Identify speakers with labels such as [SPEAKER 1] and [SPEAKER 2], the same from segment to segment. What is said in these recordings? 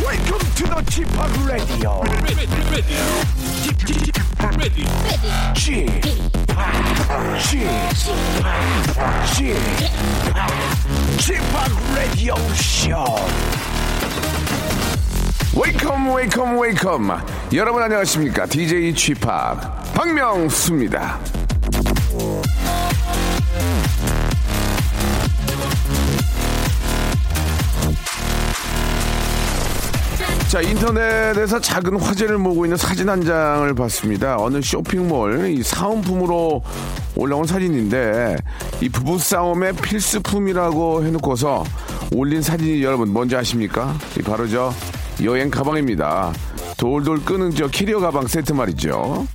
[SPEAKER 1] Welcome to the Chip Radio. Chip Chip Chip Radio Show. Welcome, welcome, welcome. 여러분 안녕하십니까? DJ 취팝 박명수입니다. 자 인터넷에서 작은 화제를 모으고 있는 사진 한 장을 봤습니다. 어느 쇼핑몰 이 사은품으로 올라온 사진인데 이 부부 싸움의 필수품이라고 해놓고서 올린 사진이 여러분 뭔지 아십니까? 이 바로 저 여행 가방입니다. 돌돌 끄는 저 캐리어 가방 세트 말이죠.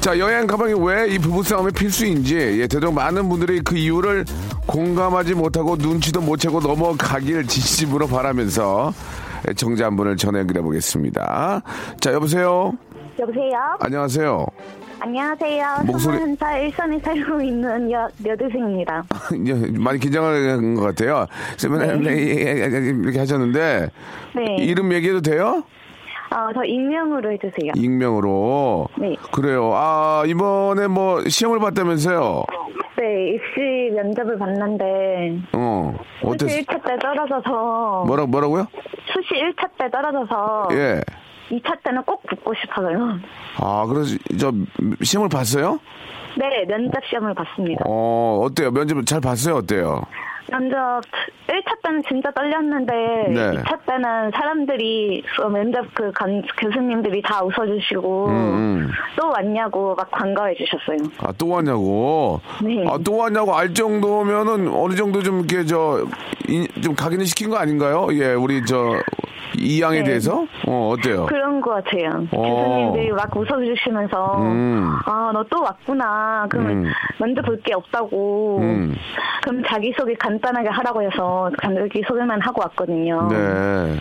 [SPEAKER 1] 자 여행 가방이 왜 이 부부싸움의 필수인지 예, 대동 많은 분들이 그 이유를 공감하지 못하고 눈치도 못 채고 넘어가길 진심으로 바라면서 정자 한 분을 전해 연결해 보겠습니다. 자 여보세요.
[SPEAKER 2] 여보세요?
[SPEAKER 1] 안녕하세요.
[SPEAKER 2] 안녕하세요.
[SPEAKER 1] 목소리-
[SPEAKER 2] 21살 일산에 살고 있는 여, 여대생입니다.
[SPEAKER 1] 이제 예, 많이 긴장한 것 같아요. 세미나 이렇게 하셨는데
[SPEAKER 2] 네.
[SPEAKER 1] 이름 얘기해도 돼요?
[SPEAKER 2] 어, 저 익명으로 해주세요.
[SPEAKER 1] 익명으로.
[SPEAKER 2] 네.
[SPEAKER 1] 그래요. 아 이번에 뭐 시험을 봤다면서요.
[SPEAKER 2] 네, 입시 면접을 봤는데
[SPEAKER 1] 어
[SPEAKER 2] 수시
[SPEAKER 1] 어땠?
[SPEAKER 2] 1차 때 떨어져서
[SPEAKER 1] 뭐라 뭐라고요?
[SPEAKER 2] 수시 1차 때 떨어져서
[SPEAKER 1] 예.
[SPEAKER 2] 2차 때는 꼭 붙고 싶어서요.
[SPEAKER 1] 아, 그래서 저 시험을 봤어요?
[SPEAKER 2] 네, 면접 시험을 봤습니다.
[SPEAKER 1] 어, 어때요? 면접 잘 봤어요? 어때요?
[SPEAKER 2] 면접 1차 때는 진짜 떨렸는데
[SPEAKER 1] 네.
[SPEAKER 2] 2차 때는 사람들이 그 면접 그 간, 교수님들이 다 웃어주시고
[SPEAKER 1] 음.
[SPEAKER 2] 또 왔냐고 막 반가워해 주셨어요.
[SPEAKER 1] 아, 또 왔냐고.
[SPEAKER 2] 네.
[SPEAKER 1] 아, 또 왔냐고 알 정도면은 어느 정도 좀 이렇게 저, 인- 좀 각인을 시킨 거 아닌가요? 예, 우리 저, 이 양에
[SPEAKER 2] 네.
[SPEAKER 1] 대해서? 어, 어때요?
[SPEAKER 2] 그런 것 같아요.
[SPEAKER 1] 어.
[SPEAKER 2] 교수님들이 막 웃어주시면서,
[SPEAKER 1] 음.
[SPEAKER 2] 아, 너 또 왔구나. 그러면
[SPEAKER 1] 음.
[SPEAKER 2] 먼저 볼 게 없다고.
[SPEAKER 1] 음.
[SPEAKER 2] 그럼 자기소개 간단하게 하라고 해서 자기소개만 하고 왔거든요.
[SPEAKER 1] 네.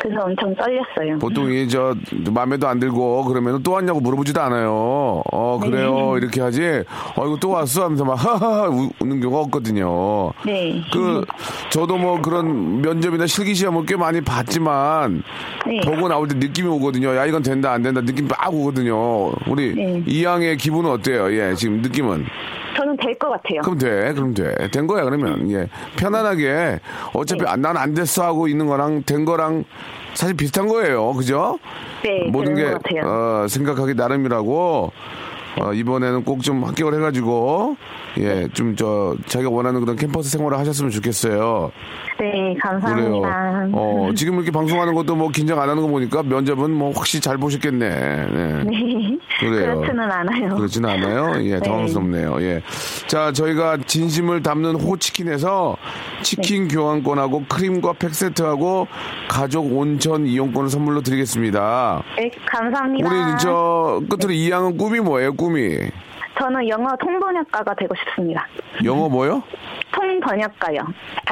[SPEAKER 2] 그래서 엄청 떨렸어요.
[SPEAKER 1] 보통 이 저 마음에도 안 들고 그러면 또 왔냐고 물어보지도 않아요. 어 그래요
[SPEAKER 2] 네.
[SPEAKER 1] 이렇게 하지. 어 이거 또 왔어 하면서 막 하하 웃는 경우가 없거든요.
[SPEAKER 2] 네.
[SPEAKER 1] 그 저도 뭐 그런 면접이나 실기 시험을 꽤 많이 봤지만
[SPEAKER 2] 네.
[SPEAKER 1] 보고 나올 때 느낌이 오거든요. 야 이건 된다 안 된다 느낌 막 오거든요. 우리
[SPEAKER 2] 네.
[SPEAKER 1] 이 양의 기분은 어때요? 예 지금 느낌은
[SPEAKER 2] 저는 될 것 같아요.
[SPEAKER 1] 그럼 돼 그럼 돼 된 거야 그러면 예 편안하게 어차피
[SPEAKER 2] 네.
[SPEAKER 1] 안 난 안 됐어 하고 있는 거랑 된 거랑 사실 비슷한 거예요. 그죠?
[SPEAKER 2] 네,
[SPEAKER 1] 모든
[SPEAKER 2] 그런
[SPEAKER 1] 게
[SPEAKER 2] 것 같아요.
[SPEAKER 1] 어, 생각하기 나름이라고 어, 이번에는 꼭 좀 합격을 해가지고 예 좀 저 자기가 원하는 그런 캠퍼스 생활을 하셨으면 좋겠어요.
[SPEAKER 2] 네, 감사합니다.
[SPEAKER 1] 그래요. 어 지금 이렇게 방송하는 것도 뭐 긴장 안 하는 거 보니까 면접은 뭐 확실히 잘 보셨겠네. 네.
[SPEAKER 2] 네.
[SPEAKER 1] 그래요.
[SPEAKER 2] 그렇지는 않아요.
[SPEAKER 1] 그렇진 않아요. 예, 당황스럽네요. 예. 자, 저희가 진심을 담는 호치킨에서
[SPEAKER 2] 네.
[SPEAKER 1] 치킨 교환권하고 크림과 팩 세트하고 가족 온천 이용권을 선물로 드리겠습니다.
[SPEAKER 2] 네, 감사합니다. 네.
[SPEAKER 1] 우리 저 끝으로 이 양은 꿈이 뭐예요? 꿈이
[SPEAKER 2] 저는 영어 통번역가가 되고 싶습니다.
[SPEAKER 1] 영어 뭐요?
[SPEAKER 2] 통번역가요.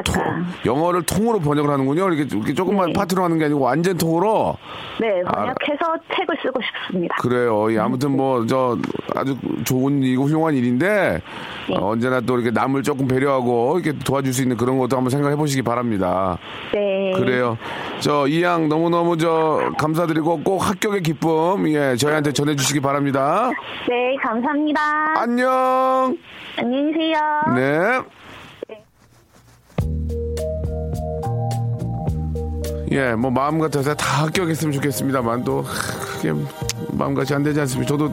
[SPEAKER 1] 통,
[SPEAKER 2] 아까.
[SPEAKER 1] 영어를 통으로 번역을 하는군요. 이렇게, 이렇게 조금만
[SPEAKER 2] 네.
[SPEAKER 1] 파트로 하는 게 아니고 완전 통으로.
[SPEAKER 2] 네, 번역해서 책을 쓰고 싶습니다.
[SPEAKER 1] 그래요. 예, 아무튼 뭐 저 아주 좋은 일이고 훌륭한 일인데 어, 언제나 또 이렇게 남을 조금 배려하고 이렇게 도와줄 수 있는 그런 것도 한번 생각해 보시기 바랍니다.
[SPEAKER 2] 네.
[SPEAKER 1] 그래요. 저 이양 너무너무 저 감사드리고 꼭 합격의 기쁨 예 저희한테 전해주시기 바랍니다.
[SPEAKER 2] 네, 감사합니다.
[SPEAKER 1] 안녕.
[SPEAKER 2] 안녕히 계세요.
[SPEAKER 1] 아, 네. 예, 뭐 마음 같아서 다 합격했으면 좋겠습니다만 또 하, 그게 마음같이 안 되지 않습니까? 저도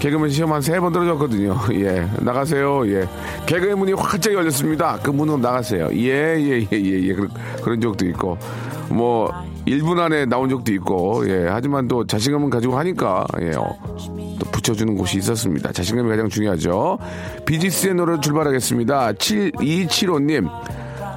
[SPEAKER 1] 개그맨 시험 한 세 번 떨어졌거든요. 예, 나가세요. 예, 개그의 문이 활짝 열렸습니다. 그 문으로 나가세요. 예, 예, 예, 예, 예. 그런, 그런 적도 있고 뭐 1분 안에 나온 적도 있고, 예. 하지만 또 자신감은 가지고 하니까, 예. 어, 또 붙여주는 곳이 있었습니다. 자신감이 가장 중요하죠. 비지스의 노래로 출발하겠습니다. 7275님.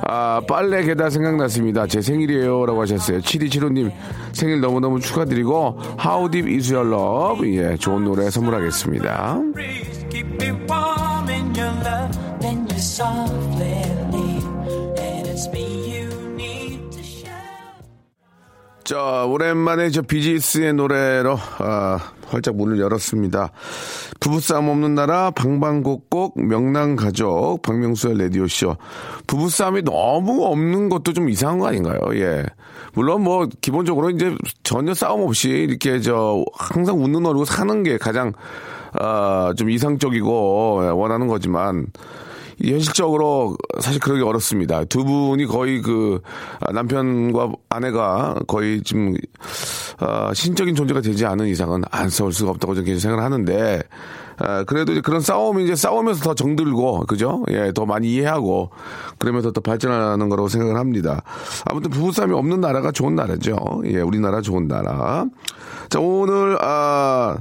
[SPEAKER 1] 아, 빨래 개다 생각났습니다. 제 생일이에요. 라고 하셨어요. 7275님, 생일 너무너무 축하드리고, How Deep Is Your Love? 예, 좋은 노래 선물하겠습니다.
[SPEAKER 3] breeze. Keep me warm in your love, then you softly leave. And it's me you need to share.
[SPEAKER 1] 자, 오랜만에 저 비지스의 노래로 아, 활짝 문을 열었습니다. 부부싸움 없는 나라 방방곡곡 명랑가족 박명수의 라디오쇼 부부싸움이 너무 없는 것도 좀 이상한 거 아닌가요? 예. 물론 뭐 기본적으로 이제 전혀 싸움 없이 이렇게 저 항상 웃는 얼굴 사는 게 가장 아, 좀 이상적이고 예, 원하는 거지만 현실적으로 사실 그러기 어렵습니다. 두 분이 거의 그 아, 남편과 아내가 거의 지금 아, 신적인 존재가 되지 않은 이상은 안 싸울 수가 없다고 저는 계속 생각을 하는데 아, 그래도 이제 그런 싸움이 이제 싸우면서 더 정들고 그죠? 예, 더 많이 이해하고 그러면서 더 발전하는 거라고 생각을 합니다. 아무튼 부부싸움이 없는 나라가 좋은 나라죠. 예, 우리나라 좋은 나라. 자, 오늘 아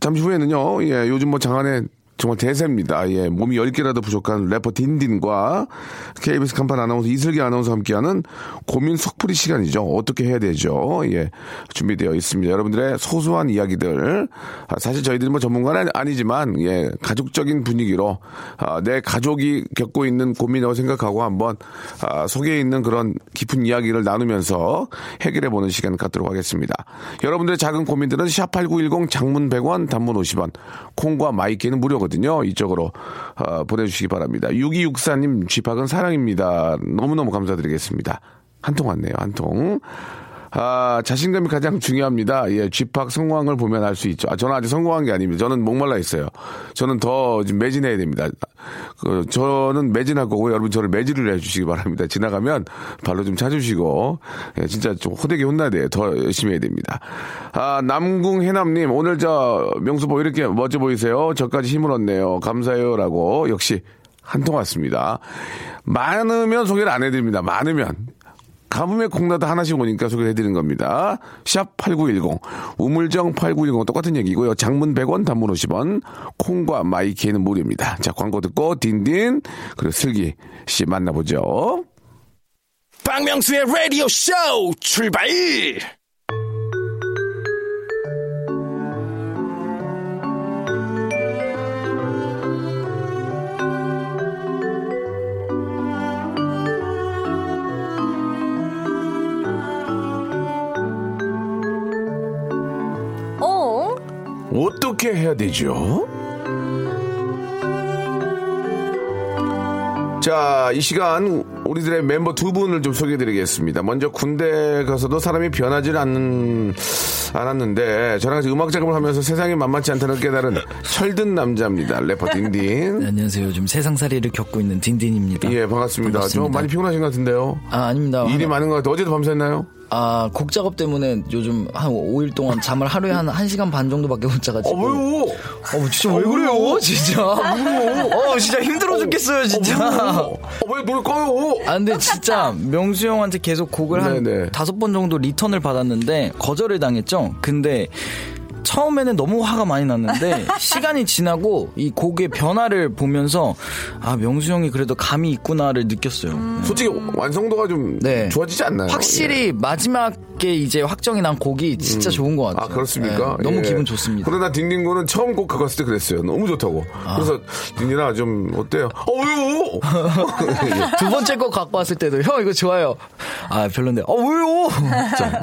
[SPEAKER 1] 잠시 후에는요, 예, 요즘 뭐 장안에 정말 대세입니다. 예, 몸이 10개라도 부족한 래퍼 딘딘과 KBS 간판 아나운서 이슬기 아나운서와 함께하는 고민 속풀이 시간이죠. 어떻게 해야 되죠? 예, 준비되어 있습니다. 여러분들의 소소한 이야기들. 아, 사실 저희들이 뭐 전문가는 아니- 아니지만, 예, 가족적인 분위기로, 아, 내 가족이 겪고 있는 고민이라고 생각하고 한번, 아, 속에 있는 그런 깊은 이야기를 나누면서 해결해보는 시간 갖도록 하겠습니다. 여러분들의 작은 고민들은 샵8910 장문 100원, 단문 50원, 콩과 마이키는 무료거든요. 이쪽으로 어, 보내주시기 바랍니다. 6264님 쥐팍은 사랑입니다. 너무너무 감사드리겠습니다. 한 통 왔네요. 한 통. 아, 자신감이 가장 중요합니다. 예, 쥐팍 성공한 걸 보면 알 수 있죠. 아, 저는 아직 성공한 게 아닙니다. 저는 목말라 있어요. 저는 더 지금 매진해야 됩니다. 그, 저는 매진할 거고, 여러분 저를 매질을 해주시기 바랍니다. 지나가면 발로 좀 차주시고, 예, 진짜 좀 호되게 혼나야 돼요. 더 열심히 해야 됩니다. 아, 남궁 해남님, 오늘 저 명수보 이렇게 멋져 보이세요. 저까지 힘을 얻네요. 감사해요. 라고, 역시 한 통 왔습니다. 많으면 소개를 안 해드립니다. 많으면. 가뭄에 콩나다 하나씩 오니까 소개해드리는 겁니다. 샵8910, 우물정 8910 똑같은 얘기고요. 장문 100원, 단문 50원, 콩과 마이키에는 무료입니다. 자, 광고 듣고 딘딘, 그리고 슬기 씨 만나보죠.
[SPEAKER 4] 박명수의 라디오 쇼 출발!
[SPEAKER 5] 어?
[SPEAKER 1] 어떻게 해야 되죠? 자, 이 시간 우리들의 멤버 두 분을 좀 소개해드리겠습니다. 먼저 군대 가서도 사람이 변하지 않는 않았는데 저랑 같이 음악 작업을 하면서 세상이 만만치 않다는 깨달은 철든 남자입니다. 래퍼 딘딘.
[SPEAKER 6] 네, 안녕하세요. 요즘 세상살이를 겪고 있는 딘딘입니다.
[SPEAKER 1] 예, 반갑습니다. 좀 많이 피곤하신 것 같은데요.
[SPEAKER 6] 아, 아닙니다.
[SPEAKER 1] 일이
[SPEAKER 6] 아,
[SPEAKER 1] 많은 것 같아요. 어제도 밤샜나요?
[SPEAKER 6] 아, 곡 작업 때문에 요즘 한 5일 동안 잠을 하루에 한 1시간 반 정도밖에 못 자가지고.
[SPEAKER 1] 왜요?
[SPEAKER 6] 어, 진짜 왜 그래요? 진짜. 어, 진짜 힘들어 죽겠어요, 진짜.
[SPEAKER 1] 어, 왜뭘 꺼요?
[SPEAKER 6] 아, 근데 진짜 명수 형한테 계속 곡을
[SPEAKER 1] 네네.
[SPEAKER 6] 한 다섯 번 정도 리턴을 받았는데 거절을 당했죠. 근데 처음에는 너무 화가 많이 났는데 시간이 지나고 이 곡의 변화를 보면서 아 명수 형이 그래도 감이 있구나를 느꼈어요.
[SPEAKER 1] 솔직히 완성도가 좀
[SPEAKER 6] 네.
[SPEAKER 1] 좋아지지 않나요? 예.
[SPEAKER 6] 확실히 마지막에 이제 확정이 난 곡이 진짜 좋은 것 같아요.
[SPEAKER 1] 아 그렇습니까?
[SPEAKER 6] 네, 너무
[SPEAKER 1] 예.
[SPEAKER 6] 기분 좋습니다. 아.
[SPEAKER 1] 그러나 딘딘군은 처음 곡 가갔을 때 그랬어요. 너무 좋다고. 그래서 딘딘아 좀 어때요? 어유.
[SPEAKER 6] 두 번째 곡 갖고 왔을 때도 형 이거 좋아요. 아 별론데. 어 왜요?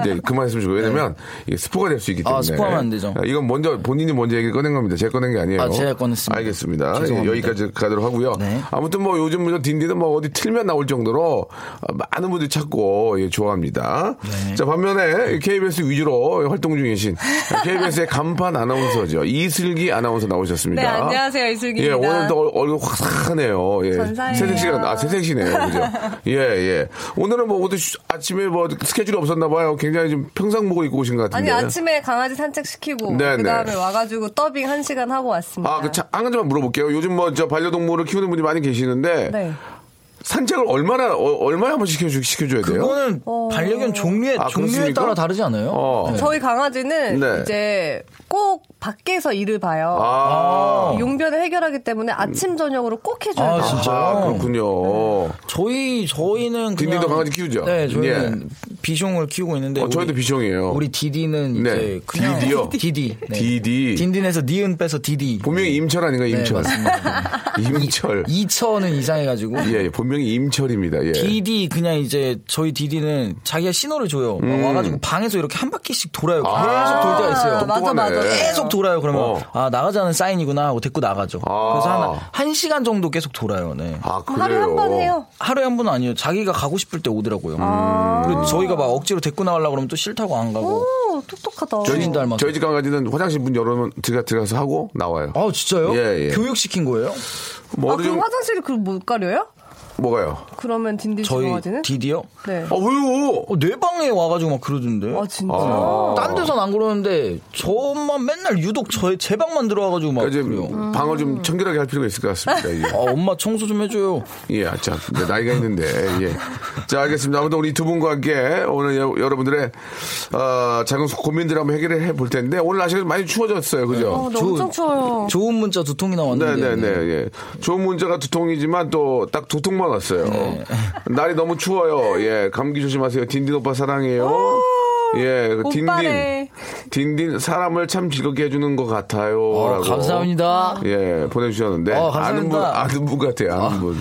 [SPEAKER 1] 네, 그만했으면 좋고 왜냐면 이게 스포가 될 수 있기 때문에.
[SPEAKER 6] 아, 스포하면 안 되죠.
[SPEAKER 1] 아, 이건 먼저 본인이 먼저 얘기 꺼낸 겁니다. 제가 꺼낸 게 아니에요.
[SPEAKER 6] 아, 제가 꺼냈습니다.
[SPEAKER 1] 알겠습니다. 예,
[SPEAKER 6] 죄송합니다.
[SPEAKER 1] 여기까지 가도록 하고요.
[SPEAKER 6] 네.
[SPEAKER 1] 아무튼 뭐 요즘 뭐 딘딘은 뭐 어디 틀면 나올 정도로 아, 많은 분들이 찾고 예, 좋아합니다.
[SPEAKER 6] 네.
[SPEAKER 1] 자 반면에 KBS 위주로 활동 중이신 KBS의 간판 아나운서죠 이슬기 아나운서 나오셨습니다.
[SPEAKER 7] 네, 안녕하세요, 이슬기입니다.
[SPEAKER 1] 예, 오늘 또 얼- 얼굴 확하네요. 예.
[SPEAKER 7] 전사예요.
[SPEAKER 1] 새색시가, 아, 새색시네요. 그죠? 예, 예. 오늘은 뭐, 어디 쉬- 아침에 뭐, 스케줄이 없었나봐요. 굉장히 좀 평상복을 입고 오신 것
[SPEAKER 7] 아니
[SPEAKER 1] 같은데.
[SPEAKER 7] 아침에 강아지 산책시키고
[SPEAKER 1] 네, 아.
[SPEAKER 7] 그다음에
[SPEAKER 1] 네.
[SPEAKER 7] 와가지고 더빙 한 시간 하고 왔습니다.
[SPEAKER 1] 아, 그, 차, 한 가지만 물어볼게요. 요즘 뭐, 저 반려동물을 키우는 분이 많이 계시는데.
[SPEAKER 7] 네.
[SPEAKER 1] 산책을 얼마나 어, 얼마나 한번 시켜주 시켜줘야 돼요?
[SPEAKER 6] 그거는
[SPEAKER 7] 어.
[SPEAKER 6] 반려견 종류에
[SPEAKER 1] 아,
[SPEAKER 6] 종류에
[SPEAKER 1] 그렇습니까?
[SPEAKER 6] 따라 다르지 않아요?
[SPEAKER 1] 어.
[SPEAKER 6] 네.
[SPEAKER 7] 저희 강아지는
[SPEAKER 1] 네.
[SPEAKER 7] 이제 꼭 밖에서 일을 봐요.
[SPEAKER 1] 아,
[SPEAKER 7] 용변을 해결하기 때문에 아침 저녁으로 꼭 해줘요.
[SPEAKER 6] 아, 진짜.
[SPEAKER 1] 아, 그렇군요.
[SPEAKER 6] 저희 저희는
[SPEAKER 1] 딘딘도
[SPEAKER 6] 그냥-
[SPEAKER 1] 강아지 키우죠? 예.
[SPEAKER 6] 네, 저희는 비숑을 키우고 있는데
[SPEAKER 1] 어, 저희도
[SPEAKER 6] 네, 우리-
[SPEAKER 1] 비숑이에요.
[SPEAKER 6] 우리 디디는
[SPEAKER 1] 네.
[SPEAKER 6] 이제 그냥
[SPEAKER 1] 디디요?
[SPEAKER 6] 디디. 네.
[SPEAKER 1] 디디.
[SPEAKER 6] 딘딘에서 니은 빼서 디디.
[SPEAKER 1] 본명이 임철 아닌가
[SPEAKER 6] 네,
[SPEAKER 1] 임철.
[SPEAKER 6] 맞습니다.
[SPEAKER 1] 임철.
[SPEAKER 6] 이처는 이상해가지고.
[SPEAKER 1] 예, 예, 본명이 임철입니다. 예.
[SPEAKER 6] 디디 그냥 이제 저희 디디는 자기가 신호를 줘요. 막 와가지고 방에서 이렇게 한 바퀴씩 돌아요. 계속
[SPEAKER 1] 음. 아,
[SPEAKER 6] 돌 때가 있어요.
[SPEAKER 7] 맞아,
[SPEAKER 1] 똑똑하네.
[SPEAKER 7] 맞아.
[SPEAKER 6] 계속 돌아요. 그러면
[SPEAKER 1] 어.
[SPEAKER 6] 아 나가자는 사인이구나 하고 데리고 나가죠.
[SPEAKER 1] 아.
[SPEAKER 6] 그래서 하나 한 시간 정도 계속 돌아요. 네.
[SPEAKER 1] 아, 그래요.
[SPEAKER 7] 하루에 한 번 해요.
[SPEAKER 6] 하루에 한 번은 아니에요. 자기가 가고 싶을 때 오더라고요.
[SPEAKER 1] 음.
[SPEAKER 6] 그리고 저희가 막 억지로 데리고 나가려고 그러면 또 싫다고 안 가고.
[SPEAKER 7] 오, 똑똑하다.
[SPEAKER 1] 저희,
[SPEAKER 6] 주인 닮아서.
[SPEAKER 1] 저희 집 강아지는 화장실 문 열어놓으면 제가 들어가서 하고 나와요.
[SPEAKER 6] 아 진짜요?
[SPEAKER 1] 예, 예.
[SPEAKER 6] 교육시킨 거예요?
[SPEAKER 7] 아,
[SPEAKER 1] 머리
[SPEAKER 7] 그럼
[SPEAKER 1] 좀
[SPEAKER 7] 화장실을 그럼 못 가려요?
[SPEAKER 1] 뭐가요?
[SPEAKER 7] 그러면 딘딘 씨
[SPEAKER 6] 저희
[SPEAKER 7] 강아지는?
[SPEAKER 6] 디디요?
[SPEAKER 7] 네.
[SPEAKER 1] 아 왜요?
[SPEAKER 6] 어, 내 방에 와가지고 막 그러던데.
[SPEAKER 7] 아, 진짜?
[SPEAKER 1] 아.
[SPEAKER 6] 딴 데선 안 그러는데 저만 맨날 유독 저의 제 방만 들어와가지고 막
[SPEAKER 1] 그러니까
[SPEAKER 6] 그래요.
[SPEAKER 1] 좀 방을
[SPEAKER 7] 음.
[SPEAKER 1] 좀 청결하게 할 필요가 있을 것 같습니다. 이게.
[SPEAKER 6] 아, 엄마 청소 좀 해줘요.
[SPEAKER 1] 예, 자, 이제 나이가 있는데, 예. 자, 알겠습니다. 아무튼 우리 두 분과 함께 오늘 여, 러분들의 어, 작은 고민들 한번 해결을 해볼 텐데, 오늘 날씨가 많이 추워졌어요.
[SPEAKER 7] 어,
[SPEAKER 1] 그죠?
[SPEAKER 7] 나 엄청
[SPEAKER 6] 좋은-
[SPEAKER 7] 추워요.
[SPEAKER 6] 좋은 문자 두 통이나
[SPEAKER 1] 네, 네,
[SPEAKER 6] 왔는데.
[SPEAKER 1] 네, 예. 좋은 문제가 두 통이지만 또 딱 두 통만 왔어요.
[SPEAKER 6] 네.
[SPEAKER 1] 날이 너무 추워요. 예, 감기 조심하세요. 딘딘 오빠 사랑해요. 예, 그 딘딘.
[SPEAKER 7] 오빠래.
[SPEAKER 1] 딘딘 사람을 참 즐겁게 해주는 것 같아요.
[SPEAKER 6] 어,
[SPEAKER 1] 라고.
[SPEAKER 6] 감사합니다.
[SPEAKER 1] 예, 보내주셨는데.
[SPEAKER 6] 어,
[SPEAKER 1] 아는 분,
[SPEAKER 6] 감사합니다.
[SPEAKER 1] 아는 분 같아요, 아는 분.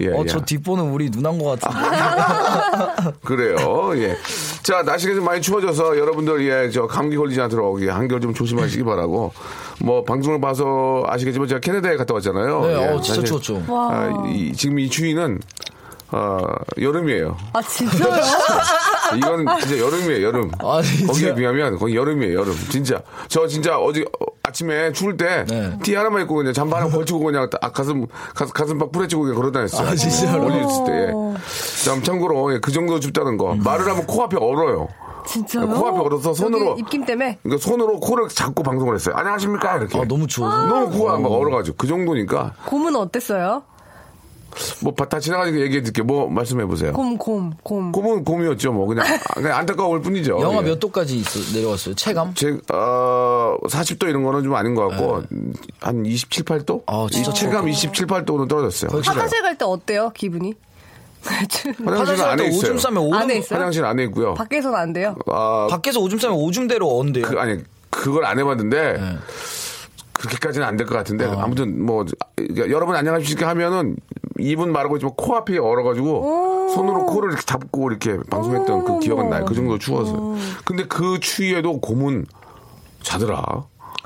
[SPEAKER 1] 예, 아,
[SPEAKER 6] 어,
[SPEAKER 1] 예.
[SPEAKER 6] 저 뒷번은 우리 누난 것 같은데.
[SPEAKER 1] 그래요. 예. 자, 날씨가 좀 많이 추워져서 여러분들 예, 저 감기 걸리지 않도록 예, 한결 좀 조심하시기 바라고. 뭐 방송을 봐서 아시겠지만 제가 캐나다에 갔다 왔잖아요.
[SPEAKER 6] 네,
[SPEAKER 1] 예,
[SPEAKER 6] 어, 진짜 추웠죠.
[SPEAKER 1] 아, 이- 지금 이 추위는 어, 여름이에요.
[SPEAKER 7] 아, 진짜요?
[SPEAKER 1] 이건 진짜 여름이에요, 여름.
[SPEAKER 6] 아, 진짜.
[SPEAKER 1] 거기에 비하면 거기 여름이에요, 여름. 진짜. 저 진짜 어제 어, 아침에 추울 때 티
[SPEAKER 6] 네.
[SPEAKER 1] 하나만 입고 그냥 잠바 하나 걸치고 그냥 딱 가슴 가슴 가슴팍 뿌려치고 그냥 걸어 다녔어요. 음,
[SPEAKER 6] 아, 진짜로?
[SPEAKER 1] 올려줬을 때. 참 참고로 예, 그 정도 춥다는 거.
[SPEAKER 6] 음.
[SPEAKER 1] 말을 하면 코앞이 얼어요.
[SPEAKER 7] 진짜요?
[SPEAKER 1] 코앞에 얼어서 손으로
[SPEAKER 7] 여기 입김 때문에?
[SPEAKER 1] 그러니까 손으로 코를 잡고 방송을 했어요. 안녕하십니까 이렇게.
[SPEAKER 6] 아, 너무 추워서.
[SPEAKER 1] 너무 코가 막 얼어가지고 그 정도니까
[SPEAKER 7] 곰은 어땠어요?
[SPEAKER 1] 뭐 다 지나가니까 얘기해 드릴게요. 뭐 말씀해 보세요.
[SPEAKER 7] 곰, 곰, 곰.
[SPEAKER 1] 곰은 곰이었죠. 뭐 그냥, 아, 그냥 안타까울 뿐이죠.
[SPEAKER 6] 영하
[SPEAKER 1] 예.
[SPEAKER 6] 몇 도까지 있어- 내려왔어요? 체감?
[SPEAKER 1] 제, 어, 40도 이런 거는 좀 아닌 것 같고, 한 27, 8도?
[SPEAKER 6] 네. 아, 진짜
[SPEAKER 1] 체감 27, 8도로 떨어졌어요.
[SPEAKER 7] 화장실 갈 때 어때요, 기분이?
[SPEAKER 1] 화장실 안에
[SPEAKER 6] 때
[SPEAKER 1] 있어요.
[SPEAKER 6] 오줌 싸면 오는
[SPEAKER 7] 안에
[SPEAKER 6] 거-
[SPEAKER 7] 있어요?
[SPEAKER 1] 화장실 안에 있고요.
[SPEAKER 7] 밖에서는 안 돼요?
[SPEAKER 1] 아,
[SPEAKER 6] 밖에서 오줌 싸면 오줌대로 언데요.
[SPEAKER 1] 그, 아니, 그걸 안 해봤는데,
[SPEAKER 6] 네.
[SPEAKER 1] 그렇게까지는 안 될 것 같은데, 아무튼 뭐, 그러니까 여러분 안녕하십니까 하면은, 입은 마르고 있지만 코앞이 얼어가지고, 손으로 코를 이렇게 잡고 이렇게 방송했던 그 기억은 나요. 그 정도 추워서. 근데 그 추위에도 곰은 자더라.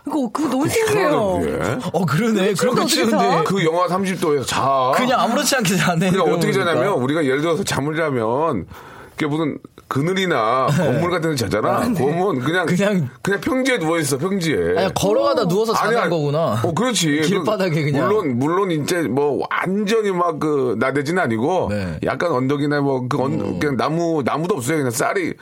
[SPEAKER 7] 그거, 그거 너무 신기해요.
[SPEAKER 1] 예.
[SPEAKER 6] 어 그러네. 그렇게
[SPEAKER 7] 어떻게
[SPEAKER 6] 추운데
[SPEAKER 7] 자?
[SPEAKER 1] 그 영하 30도에서 자.
[SPEAKER 6] 그냥 아무렇지 않게 자네.
[SPEAKER 1] 그냥
[SPEAKER 6] 그러고
[SPEAKER 1] 어떻게
[SPEAKER 6] 보니까.
[SPEAKER 1] 자냐면 우리가 예를 들어서 잠을 자면 그게 무슨 그늘이나 건물 같은 데 자잖아. 곰은 그냥 그냥
[SPEAKER 6] 네. 그냥-
[SPEAKER 1] 평지에 누워 있어. 평지에.
[SPEAKER 6] 아니, 걸어가다 누워서 자는
[SPEAKER 1] 아니,
[SPEAKER 6] 거구나.
[SPEAKER 1] 어, 그렇지.
[SPEAKER 6] 길바닥에 그냥.
[SPEAKER 1] 물론, 물론, 이제, 뭐, 완전히 막, 그, 나대진 아니고,
[SPEAKER 6] 네. 음.
[SPEAKER 1] 약간 언덕이나 뭐, 그, 언, 그냥 나무, 나무도 없어요. 그냥 쌀이,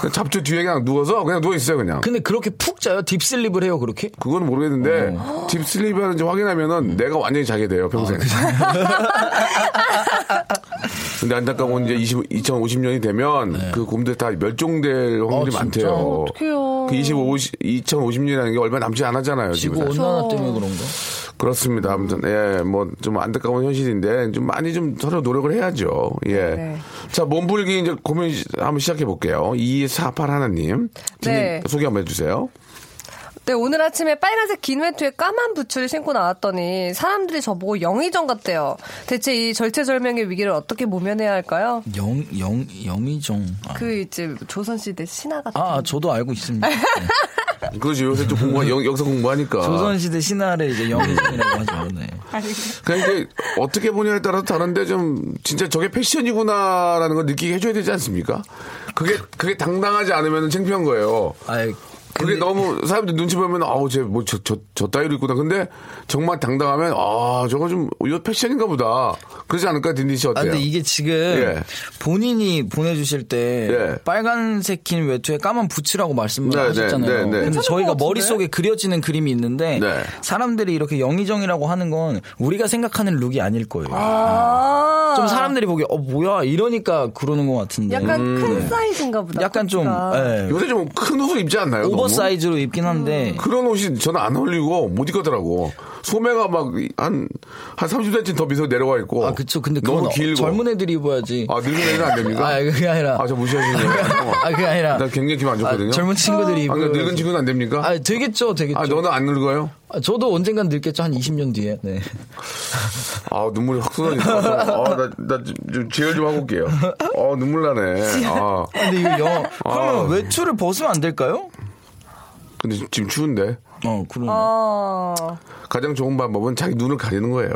[SPEAKER 1] 그냥 잡초 뒤에 그냥 누워서 그냥 누워있어요, 그냥.
[SPEAKER 6] 근데 그렇게 푹 자요? 딥슬립을 해요 그렇게?
[SPEAKER 1] 그건 모르겠는데
[SPEAKER 6] 어.
[SPEAKER 1] 딥슬립 하는지 확인하면은 내가 완전히 자게 돼요 평생.
[SPEAKER 6] 아,
[SPEAKER 1] 근데 안타까운 이제 20, 2050년이 되면 그 곰들 다 멸종될 확률이
[SPEAKER 6] 네. 아, 진짜?
[SPEAKER 1] 많대요.
[SPEAKER 7] 어떡해요.
[SPEAKER 1] 그 25, 2050년이라는 게 얼마 남지 않았잖아요.
[SPEAKER 6] 지구
[SPEAKER 1] 지금.
[SPEAKER 6] 온난화 때문에 그런가?
[SPEAKER 1] 그렇습니다. 아무튼 예, 뭐 좀 안타까운 현실인데 좀 많이 좀 서로 노력을 해야죠. 예.
[SPEAKER 7] 네.
[SPEAKER 1] 자 몸풀기 이제 고민 시- 한번 시작해 볼게요. 2481 하나님
[SPEAKER 7] 네.
[SPEAKER 1] 소개 한번 해주세요.
[SPEAKER 7] 네, 오늘 아침에 빨간색 긴 외투에 까만 부츠를 신고 나왔더니 사람들이 저보고 영의정 같대요. 대체 이 절체절명의 위기를 어떻게 모면해야 할까요?
[SPEAKER 6] 영, 영, 영의정. 아,
[SPEAKER 7] 그 이제 조선시대 신화 같은.
[SPEAKER 6] 아, 저도 알고 있습니다. 네.
[SPEAKER 1] 그렇지 요새 좀 공부 영, 여기서 공부하니까
[SPEAKER 6] 조선시대 신화를 이제 영의정이라고 하죠. 네.
[SPEAKER 1] 그러니까 이게 어떻게 보냐에 따라서 다른데 좀 진짜 저게 패션이구나라는 걸 느끼게 해줘야 되지 않습니까? 그게 그게 당당하지 않으면 창피한 거예요.
[SPEAKER 6] 아,
[SPEAKER 1] 그게 너무 사람들 눈치 보면 아우 쟤뭐저저 저, 저 따위로 있구나. 근데 정말 당당하면 아 저거 좀 이거 패션인가 보다. 그러지 않을까 딘딘 씨
[SPEAKER 6] 아,
[SPEAKER 1] 어때요?
[SPEAKER 6] 근데 이게 지금
[SPEAKER 1] 예.
[SPEAKER 6] 본인이 보내주실 때
[SPEAKER 1] 예.
[SPEAKER 6] 빨간색 긴 외투에 까만 부츠라고 말씀을
[SPEAKER 1] 네, 네,
[SPEAKER 6] 하셨잖아요.
[SPEAKER 1] 네, 네.
[SPEAKER 6] 근데
[SPEAKER 1] 괜찮은
[SPEAKER 6] 저희가
[SPEAKER 7] 것 같은데?
[SPEAKER 6] 머릿속에 그려지는 그림이 있는데
[SPEAKER 1] 네.
[SPEAKER 6] 사람들이 이렇게 영의정이라고 하는 건 우리가 생각하는 룩이 아닐 거예요.
[SPEAKER 7] 아.
[SPEAKER 6] 좀 사람들이 보기에 어 뭐야 이러니까 그러는 것 같은데
[SPEAKER 7] 약간
[SPEAKER 1] 음.
[SPEAKER 7] 큰 사이즈인가 보다.
[SPEAKER 6] 약간 좀
[SPEAKER 7] 부츠가.
[SPEAKER 6] 예,
[SPEAKER 1] 요새 좀 큰 옷을 입지 않나요? 너무? 음.
[SPEAKER 6] 오버사이즈로 입긴 한데
[SPEAKER 1] 그런 옷이 저는 안 어울리고 못 입거더라고. 소매가 막 한한 30cm 더 밑으로 내려와 있고.
[SPEAKER 6] 아 그쵸 근데 그건
[SPEAKER 1] 너무
[SPEAKER 6] 어-
[SPEAKER 1] 길고.
[SPEAKER 6] 젊은 애들이 입어야지
[SPEAKER 1] 아 늙은 애는 안 됩니까?
[SPEAKER 6] 아, 그게 아니라.
[SPEAKER 1] 아, 저 무시하시는 거예요.
[SPEAKER 6] 아, 그게 아니라.
[SPEAKER 1] 나 굉장히 기분 안
[SPEAKER 6] 아,
[SPEAKER 1] 좋거든요.
[SPEAKER 6] 젊은 친구들이
[SPEAKER 1] 아,
[SPEAKER 6] 입어.
[SPEAKER 1] 그러니까 늙은 친구는 안 됩니까?
[SPEAKER 6] 아 되겠죠 되겠죠
[SPEAKER 1] 아, 너는 안 늙어요?
[SPEAKER 6] 아, 저도 언젠간 늙겠죠 한 20년 뒤에 네.
[SPEAKER 1] 아, 눈물이 확 쏟아지네. 아, 나, 나 좀, 좀 제열 좀 하고 올게요. 아, 눈물 나네. 아,
[SPEAKER 6] 아, 근데 이거 영어. 그러면 외투를 벗으면 안 될까요?
[SPEAKER 1] 근데 지- 지금 추운데.
[SPEAKER 6] 어, 그러네.
[SPEAKER 7] 어.
[SPEAKER 1] 가장 좋은 방법은 자기 눈을 가리는 거예요.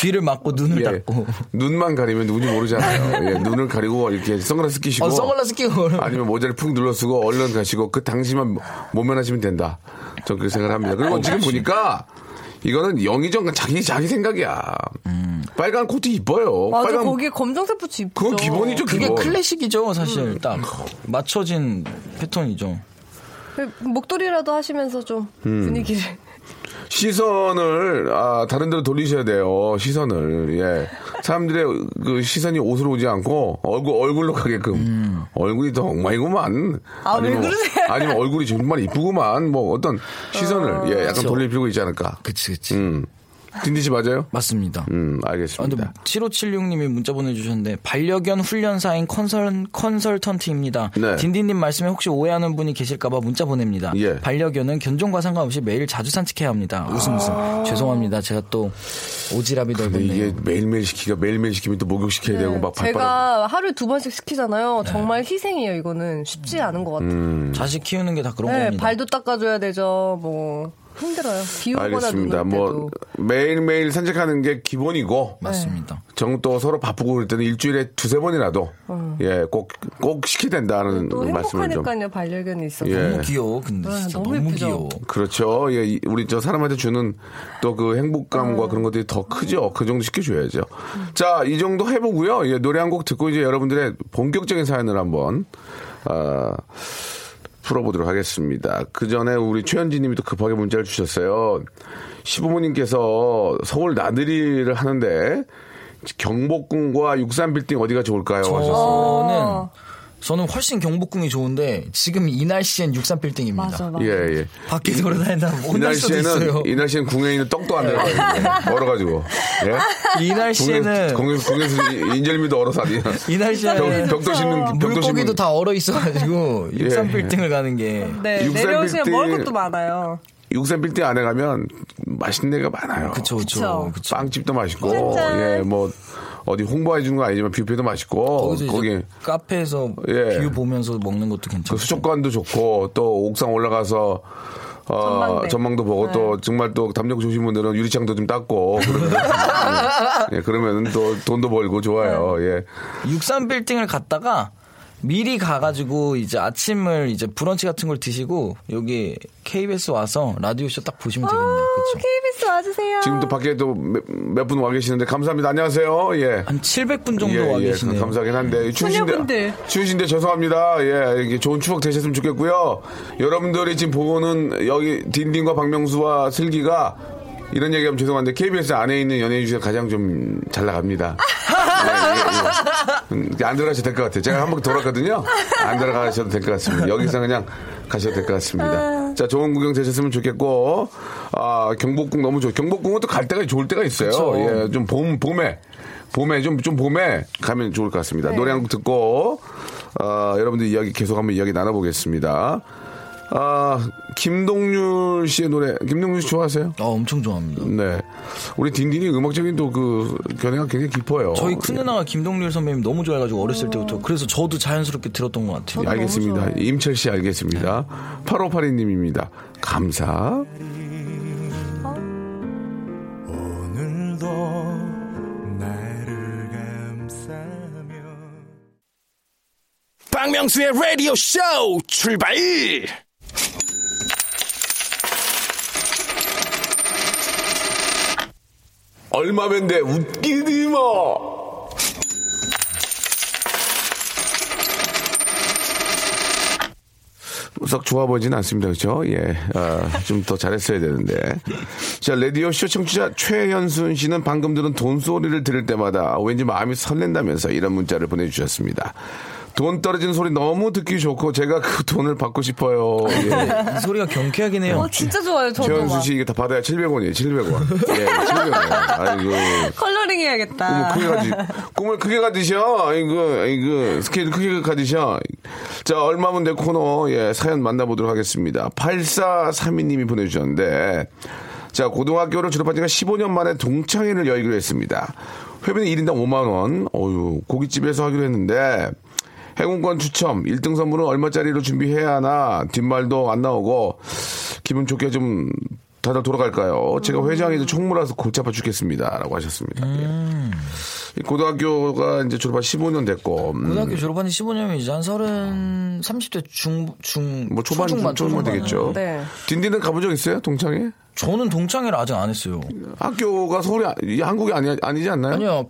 [SPEAKER 6] 귀를 막고 눈을
[SPEAKER 1] 예.
[SPEAKER 6] 닫고.
[SPEAKER 1] 눈만 가리면 누군지 모르잖아요. 예, 눈을 가리고 이렇게 선글라스 끼시고.
[SPEAKER 6] 어, 선글라스 끼고. 그러면.
[SPEAKER 1] 뭐- 아니면 모자를 푹 눌러 쓰고 얼른 가시고 그 당시만 모면하시면 된다. 전 그렇게 생각을 합니다. 그리고 지금 보니까 이거는 영의정 자기 자기 생각이야. 빨간 코트 이뻐요.
[SPEAKER 7] 맞아,
[SPEAKER 1] 빨간
[SPEAKER 7] 거기 검정색 부츠 입죠.
[SPEAKER 1] 그건 기본이죠.
[SPEAKER 6] 그게
[SPEAKER 1] 기본.
[SPEAKER 6] 클래식이죠, 사실.
[SPEAKER 1] 음.
[SPEAKER 6] 딱. 맞춰진 패턴이죠.
[SPEAKER 7] 그 목도리라도 하시면서 좀
[SPEAKER 1] 음.
[SPEAKER 7] 분위기를.
[SPEAKER 1] 어, 시선을 아, 다른 데로 돌리셔야 돼요. 시선을 예. 사람들의 그 시선이 옷으로 오지 않고 얼굴 얼굴로 가게끔 얼굴이 더 엉망이구만.
[SPEAKER 7] 음. 아, 왜 그러세요?
[SPEAKER 1] 아니면 얼굴이 정말 이쁘구만. 뭐 어떤 시선을
[SPEAKER 7] 아,
[SPEAKER 1] 예 약간
[SPEAKER 7] 그렇죠.
[SPEAKER 1] 돌릴 필요가 있지 않을까.
[SPEAKER 6] 그치, 그치.
[SPEAKER 1] 음 딘디 씨 맞아요?
[SPEAKER 6] 맞습니다.
[SPEAKER 1] 음
[SPEAKER 6] 아, 근데
[SPEAKER 1] 알겠습니다.
[SPEAKER 6] 7576님이 문자 보내주셨는데 반려견 훈련사인 컨설, 컨설턴트입니다.
[SPEAKER 1] 네.
[SPEAKER 6] 딘딘님 말씀에 혹시 오해하는 분이 계실까봐 문자 보냅니다.
[SPEAKER 1] 예.
[SPEAKER 6] 반려견은 견종과 상관없이 매일 자주 산책해야 합니다. 웃음 웃음. 죄송합니다. 제가 또 오지랖이
[SPEAKER 1] 아. 근데
[SPEAKER 6] 넓었네요.
[SPEAKER 1] 이게 매일매일 시키가 매일매일 시키면 또 목욕 시켜야 되고 막 발바닥.
[SPEAKER 7] 네, 제가 하루에 두 번씩 시키잖아요. 정말 희생이에요, 이거는. 쉽지 않은 것 같아요.
[SPEAKER 6] 자식 키우는 게 다 그런
[SPEAKER 7] 네,
[SPEAKER 6] 겁니다.
[SPEAKER 7] 발도 닦아줘야 되죠. 뭐 힘들어요. 비 오거나 눈
[SPEAKER 1] 알겠습니다.
[SPEAKER 7] 올
[SPEAKER 1] 뭐
[SPEAKER 7] 때도. 네.
[SPEAKER 1] 매일매일 산책하는 게 기본이고
[SPEAKER 6] 맞습니다.
[SPEAKER 1] 정또 서로 바쁘고 그럴 때는 일주일에 두세 번이라도 예 꼭 꼭 시켜야 된다는
[SPEAKER 7] 어. 또
[SPEAKER 1] 말씀을 좀
[SPEAKER 7] 행복하니까요. 반려견이 있어서.
[SPEAKER 1] 예.
[SPEAKER 6] 너무 귀여워. 근데
[SPEAKER 7] 네,
[SPEAKER 6] 진짜
[SPEAKER 7] 너무
[SPEAKER 6] 너무,
[SPEAKER 7] 예쁘죠?
[SPEAKER 6] 귀여워.
[SPEAKER 1] 그렇죠. 예, 이- 우리 저 사람한테 주는 또 그 행복감과
[SPEAKER 6] 음.
[SPEAKER 1] 그런 것들이 더 크죠. 그 정도 시켜줘야죠. 자, 이 정도 해보고요. 예, 노래 한 곡 듣고 이제 여러분들의 본격적인 사연을 한번 아, 풀어보도록 하겠습니다. 그 전에 우리 최현진님이 또 급하게 문자를 주셨어요. 시부모님께서 서울 나들이를 하는데 경복궁과 육삼빌딩 어디가 좋을까요? 하셨어요.
[SPEAKER 6] 저는 저는 훨씬 경복궁이 좋은데 지금 이 날씨엔 육삼빌딩입니다.
[SPEAKER 7] 맞아, 맞아.
[SPEAKER 1] 예, 예.
[SPEAKER 6] 밖에 돌아다니다
[SPEAKER 1] 이
[SPEAKER 6] 못날 수도 있어요.
[SPEAKER 1] 날씨에는 이 날씨에는 궁에 있는 떡도 안 들어가요. 얼어가지고. 예?
[SPEAKER 6] 이 날씨에는
[SPEAKER 1] 공에서, 공에서 인절미도 얼어서 아니야.
[SPEAKER 6] 이 날씨에는
[SPEAKER 1] 벽도 씹는 벽도
[SPEAKER 6] 어. 물고기도
[SPEAKER 1] 씹는.
[SPEAKER 6] 다 얼어 있어가지고
[SPEAKER 1] 예.
[SPEAKER 6] 육삼빌딩을 가는 게
[SPEAKER 7] 네,
[SPEAKER 1] 육삼
[SPEAKER 7] 내려오시면
[SPEAKER 1] 빌딩-
[SPEAKER 7] 먹을 것도 많아요.
[SPEAKER 1] 육산 빌딩 안에 가면 맛있는 데가 많아요.
[SPEAKER 6] 그쵸 그쵸
[SPEAKER 7] 그쵸.
[SPEAKER 6] 그쵸.
[SPEAKER 1] 빵집도 맛있고,
[SPEAKER 7] 짠짠.
[SPEAKER 1] 예, 뭐 어디 홍보해 주는 거 아니지만 뷔페도 맛있고,
[SPEAKER 6] 어, 거기서 이제
[SPEAKER 1] 거기
[SPEAKER 6] 카페에서
[SPEAKER 1] 예.
[SPEAKER 6] 뷰 보면서 먹는 것도
[SPEAKER 1] 그
[SPEAKER 6] 괜찮고
[SPEAKER 1] 수족관도 좋고 또 옥상 올라가서. 어,
[SPEAKER 7] 전망대. 네.
[SPEAKER 1] 전망도 보고 또 정말 또 담력 좋으신 분들은 유리창도 좀 닦고 그러면 예, 그러면 또 돈도 벌고 좋아요.
[SPEAKER 7] 네.
[SPEAKER 1] 예.
[SPEAKER 6] 육삼빌딩을 갔다가 미리 가가지고 이제 아침을 이제 브런치 같은 걸 드시고 여기 KBS 와서 라디오 쇼 딱 보시면 되겠네요.
[SPEAKER 7] 아,
[SPEAKER 6] 그쵸?
[SPEAKER 7] KBS 어, 와주세요.
[SPEAKER 1] 지금 또 밖에 또 몇 분 와 계시는데 감사합니다. 안녕하세요. 예.
[SPEAKER 6] 한 700분 정도 와 계시네요. 음.
[SPEAKER 1] 감사하긴 한데 추우신데
[SPEAKER 7] 소녀분들.
[SPEAKER 1] 추우신데 죄송합니다. 예, 이렇게 좋은 추억 되셨으면 좋겠고요. 여러분들이 지금 보고는 여기 딘딘과 박명수와 슬기가 이런 얘기하면 죄송한데 KBS 안에 있는 연예인 중에 가장 좀 잘 나갑니다. 예, 예, 예. 음, 안 들어가셔도 될 것 같아요. 제가 한번 돌았거든요. 안 들어가셔도 될 것 같습니다. 여기서 그냥 가셔도 될 것 같습니다. 자, 좋은 구경 되셨으면 좋겠고, 아, 경복궁 너무 좋. 경복궁은 또 갈 때가 좋을 때가 있어요.
[SPEAKER 6] 그쵸.
[SPEAKER 1] 예, 좀 봄, 봄에. 봄에, 좀, 좀 봄에 가면 좋을 것 같습니다.
[SPEAKER 6] 네.
[SPEAKER 1] 노래 한 곡 듣고, 아, 여러분들 이야기 계속 한번 이야기 나눠보겠습니다. 아, 김동률 씨의 노래, 김동률 씨 좋아하세요?
[SPEAKER 6] 아, 엄청 좋아합니다.
[SPEAKER 1] 네. 우리 딘딘이 음악적인 또 그 견해가 굉장히 깊어요. 예.
[SPEAKER 6] 저희 큰 누나가 김동률 선배님 너무 좋아해가지고 어렸을 때부터 그래서 저도 자연스럽게 들었던 것 같아요. 네.
[SPEAKER 1] 예, 알겠습니다. 임철 씨 알겠습니다. 8582님입니다. 감사.
[SPEAKER 3] 오늘도 나를 감싸며
[SPEAKER 4] 박명수의 라디오 쇼 출발!
[SPEAKER 1] 얼마면 돼 웃기지 마. 썩 좋아 보이진 않습니다. 그렇죠? 예. 좀 더 잘했어야 되는데. 자, 라디오 쇼 청취자 최현순 씨는 방금 들은 돈 소리를 들을 때마다 왠지 마음이 설렌다면서 이런 문자를 보내 주셨습니다. 돈 떨어지는 소리 너무 듣기 좋고 제가 그 돈을 받고 싶어요. 예.
[SPEAKER 6] 이 소리가 경쾌하긴 해요.
[SPEAKER 7] 어, 진짜 좋아요, 저도.
[SPEAKER 1] 최현수
[SPEAKER 7] 막.
[SPEAKER 1] 씨 이게 다 받아야 700원이에요. 700원. 예, 700원. 아이고.
[SPEAKER 7] 컬러링
[SPEAKER 1] 꿈을
[SPEAKER 7] 해야겠다.
[SPEAKER 1] 크게 가지, 꿈을 크게 가지셔. 아이고, 아이고, 스케일 크게 가지셔. 자, 얼마면 내 코너, 예, 사연 만나보도록 하겠습니다. 8432님이 보내주셨는데, 자, 고등학교를 졸업한 지가 15년 만에 동창회를 열기로 했습니다. 회비는 1인당 5만원, 어유 고깃집에서 하기로 했는데, 행운권 추첨, 1등 선물은 얼마짜리로 준비해야 하나, 뒷말도 안 나오고, 기분 좋게 좀 다들 돌아갈까요?
[SPEAKER 6] 음.
[SPEAKER 1] 제가 회장이도 총무라서 골치 아파 죽겠습니다. 라고 하셨습니다. 예.
[SPEAKER 6] 음.
[SPEAKER 1] 이 고등학교가 이제 졸업한 15년 됐고. 음,
[SPEAKER 6] 고등학교 졸업한 지 15년이면 이제 한 30, 30대 중, 중,
[SPEAKER 1] 뭐 초반
[SPEAKER 6] 초중반,
[SPEAKER 1] 초중반, 되겠죠.
[SPEAKER 7] 네.
[SPEAKER 1] 딘딘은 가본 적 있어요? 동창회?
[SPEAKER 6] 저는 동창회를 아직 안 했어요.
[SPEAKER 1] 학교가 서울이 아- 이 한국이 아니, 아니지 않나요?
[SPEAKER 6] 아니요,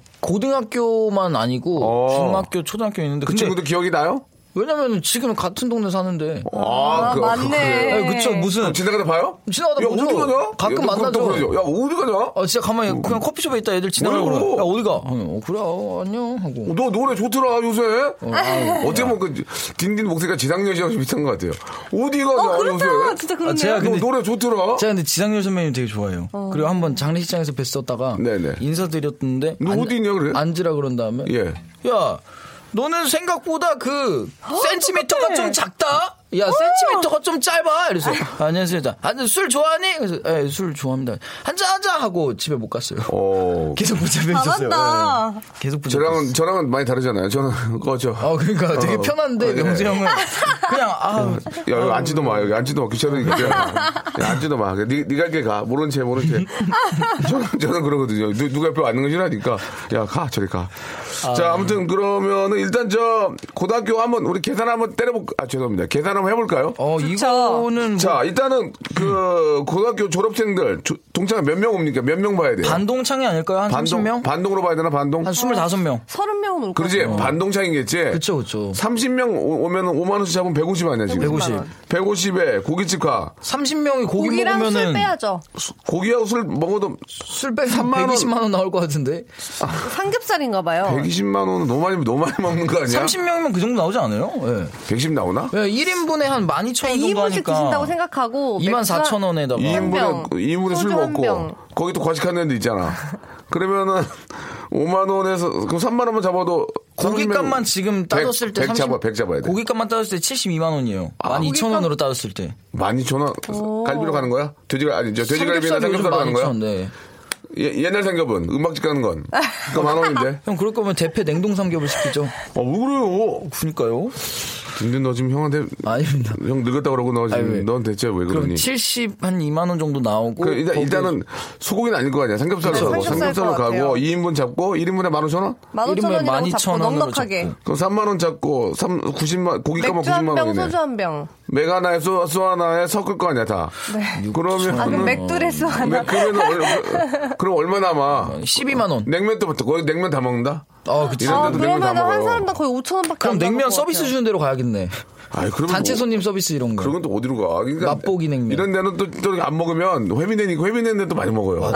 [SPEAKER 6] 고등학교만 아니고,
[SPEAKER 1] 어.
[SPEAKER 6] 중학교, 초등학교 있는데,
[SPEAKER 1] 그
[SPEAKER 6] 근데,
[SPEAKER 1] 친구도 기억이 나요?
[SPEAKER 6] 왜냐면 지금 같은 동네 사는데.
[SPEAKER 1] 아, 그,
[SPEAKER 7] 맞네.
[SPEAKER 6] 아, 그쵸, 무슨.
[SPEAKER 1] 지나가다 봐요?
[SPEAKER 6] 지나가다
[SPEAKER 1] 야,
[SPEAKER 6] 보죠.
[SPEAKER 1] 어디 가냐? 야, 너
[SPEAKER 6] 가끔
[SPEAKER 1] 그럼 또
[SPEAKER 6] 만나죠.
[SPEAKER 1] 그러죠. 야, 어디 가냐?
[SPEAKER 6] 어, 진짜 가만히, 그냥 커피숍에 있다 애들 지나가고,
[SPEAKER 1] 뭐야,
[SPEAKER 6] 그래.
[SPEAKER 1] 그거?
[SPEAKER 6] 야, 어디 가? 어, 그래, 어, 안녕. 하고.
[SPEAKER 7] 네,
[SPEAKER 1] 너 노래 좋더라 요새. 어, 떻게 보면 그 딘딘 목소리가 지상렬 씨랑 좀 비슷한 것 같아요. 어디 가냐
[SPEAKER 7] 어, 그렇다.
[SPEAKER 1] 요새.
[SPEAKER 7] 진짜 그렇네요.
[SPEAKER 6] 아, 제가
[SPEAKER 1] 너
[SPEAKER 6] 근데-
[SPEAKER 1] 뭐, 노래 좋더라.
[SPEAKER 6] 제가 근데 지상렬 선배님 되게 좋아해요.
[SPEAKER 7] 어.
[SPEAKER 6] 그리고 한번 장례식장에서 뵀었다가
[SPEAKER 1] 네네.
[SPEAKER 6] 인사드렸는데
[SPEAKER 1] 너
[SPEAKER 6] 앉-
[SPEAKER 1] 어디 있냐, 그래?
[SPEAKER 6] 앉으라 그런 다음에
[SPEAKER 1] 예.
[SPEAKER 6] 야 너는 생각보다 그
[SPEAKER 7] 어,
[SPEAKER 6] 센티미터가 좀 작다. 야 센티미터가 좀 짧아. 이래서 안녕하세요. 자, 아, 술 좋아하니? 그래서 예, 술 좋아합니다. 한잔 하자 하고 집에 못 갔어요.
[SPEAKER 1] 어.
[SPEAKER 6] 계속 붙잡혔었어요. 예.
[SPEAKER 7] 맞다.
[SPEAKER 1] 예.
[SPEAKER 6] 계속 붙잡혔어요.
[SPEAKER 1] 저랑은 저랑은 많이 다르잖아요. 저는 거죠.
[SPEAKER 6] 아 그러니까 되게
[SPEAKER 1] 어,
[SPEAKER 6] 편한데
[SPEAKER 1] 예.
[SPEAKER 6] 명수 형은 그냥 아
[SPEAKER 1] 야, 여기 앉지도 마. 여기 앉지도 마. 귀찮으니까. 야, 앉지도 마. 니, 니가 이렇게 가. 모른 채, 모른 채. 저는, 저는 그러거든요. 누, 누가 옆에 앉는 거 싫어하니까. 야, 가. 저리 가. 자, 아무튼 그러면은 일단 저 고등학교 한번 우리 계산 한번 때려볼까. 아, 죄송합니다. 계산 한번 해볼까요?
[SPEAKER 6] 어, 이거는
[SPEAKER 1] 자, 일단은 그 고등학교 졸업생들 조- 동창 몇 명 옵니까? 몇 명 봐야 돼요?
[SPEAKER 6] 반동창이 아닐까요? 한
[SPEAKER 1] 반동.
[SPEAKER 6] 30명?
[SPEAKER 1] 반동으로 봐야 되나? 반동?
[SPEAKER 6] 한 25명.
[SPEAKER 7] 서른 명은 올 거예요.
[SPEAKER 1] 그러지? 반동창이겠지?
[SPEAKER 6] 그쵸, 그쵸.
[SPEAKER 1] 30명 오면 5만원씩 잡으면 150 아니야, 지금?
[SPEAKER 6] 150.
[SPEAKER 1] 150에 고깃집 가.
[SPEAKER 6] 30명이 고기
[SPEAKER 7] 고기랑
[SPEAKER 6] 먹으면은
[SPEAKER 7] 술 빼야죠.
[SPEAKER 1] 고기하고 술 먹어도
[SPEAKER 6] 술 빼면 120만 원 나올 것 같은데.
[SPEAKER 7] 삼겹살인가 봐요.
[SPEAKER 1] 120만 원은 너무 많이 너무 많이 먹는 거 아니야?
[SPEAKER 6] 30명이면 그 정도 나오지 않아요? 예.
[SPEAKER 1] 110 나오나?
[SPEAKER 6] 예, 1인분에 한 12,000원 정도
[SPEAKER 7] 2인분씩
[SPEAKER 6] 하니까.
[SPEAKER 7] 드신다고 생각하고
[SPEAKER 6] 24,000원에다가.
[SPEAKER 7] 맥주 한
[SPEAKER 1] 2인분에
[SPEAKER 7] 병,
[SPEAKER 1] 2인분에 술
[SPEAKER 7] 소주 한
[SPEAKER 1] 먹고
[SPEAKER 7] 병.
[SPEAKER 1] 거기 또 과식하는 애들 있잖아. 그러면은 5만 원에서 그 3만 원만 잡아도
[SPEAKER 6] 고기값만 지금 따졌을 때
[SPEAKER 1] 100 잡아 100 잡아야 돼. 아,
[SPEAKER 6] 고기값만 따졌을 때 72만 원이에요. 12,000원으로 따졌을 때.
[SPEAKER 1] 12,000원 갈비로 가는 거야? 돼지 아니 저 돼지갈비나
[SPEAKER 6] 삼겹살이 요즘
[SPEAKER 1] 삼겹살로 가는 거야?
[SPEAKER 6] 12,000원, 네.
[SPEAKER 1] 예, 옛날 삼겹은 음악집 가는 건 그거 만 원인데.
[SPEAKER 6] 형 그럴 거면 대패 냉동 삼겹을 시키죠.
[SPEAKER 1] 아왜 그래요?
[SPEAKER 6] 그니까요.
[SPEAKER 1] 근데 너 지금 형한테
[SPEAKER 6] 아닙니다.
[SPEAKER 1] 형 늙었다 그러고 너
[SPEAKER 6] 아니, 왜?
[SPEAKER 1] 지금 넌 대체 왜
[SPEAKER 6] 그럼
[SPEAKER 1] 그러니?
[SPEAKER 6] 70 한 2만 원 정도 나오고
[SPEAKER 1] 그 일단,
[SPEAKER 6] 거기에
[SPEAKER 1] 일단은 소고기는 아닐 거 아니야. 삼겹살로
[SPEAKER 7] 그쵸,
[SPEAKER 1] 가고
[SPEAKER 7] 삼겹살
[SPEAKER 1] 삼겹살로
[SPEAKER 7] 것 같아요.
[SPEAKER 1] 가고 2인분 잡고 1인분에 15,000원?
[SPEAKER 6] 1인분에
[SPEAKER 7] 15,000원이라고 잡고
[SPEAKER 6] 12,000 원으로
[SPEAKER 7] 넉넉하게.
[SPEAKER 6] 잡고.
[SPEAKER 1] 그럼 3만 원 잡고 3 90만 고기 값만
[SPEAKER 7] 맥주 한
[SPEAKER 1] 90만
[SPEAKER 7] 병,
[SPEAKER 1] 원이네.
[SPEAKER 7] 소주 한 병.
[SPEAKER 1] 맥 하나에 소, 소 하나에 섞을 거 아니야 다. 그러면 어,
[SPEAKER 7] 아, 그럼 맥두레스 하나.
[SPEAKER 1] 맥- 그러면 얼, 그럼 얼마 남아?
[SPEAKER 6] 12만 원.
[SPEAKER 1] 냉면도 부터 거의 냉면 다 먹는다.
[SPEAKER 6] 아, 그치.
[SPEAKER 1] 이런
[SPEAKER 7] 아,
[SPEAKER 1] 데도 냉면 다
[SPEAKER 7] 그러면 한
[SPEAKER 1] 먹어요.
[SPEAKER 7] 사람당 거의 5,000원밖에
[SPEAKER 6] 그럼 냉면 서비스 주는 대로 가야겠네.
[SPEAKER 1] 아이, 그러면
[SPEAKER 6] 단체
[SPEAKER 1] 뭐-
[SPEAKER 6] 손님 서비스 이런 거.
[SPEAKER 1] 그런 건 또 어디로 가? 그러니까
[SPEAKER 6] 네. 맛보기 냉면.
[SPEAKER 1] 이런 데는 또안 먹으면 회미내니까 회미내는 데도 많이 먹어요.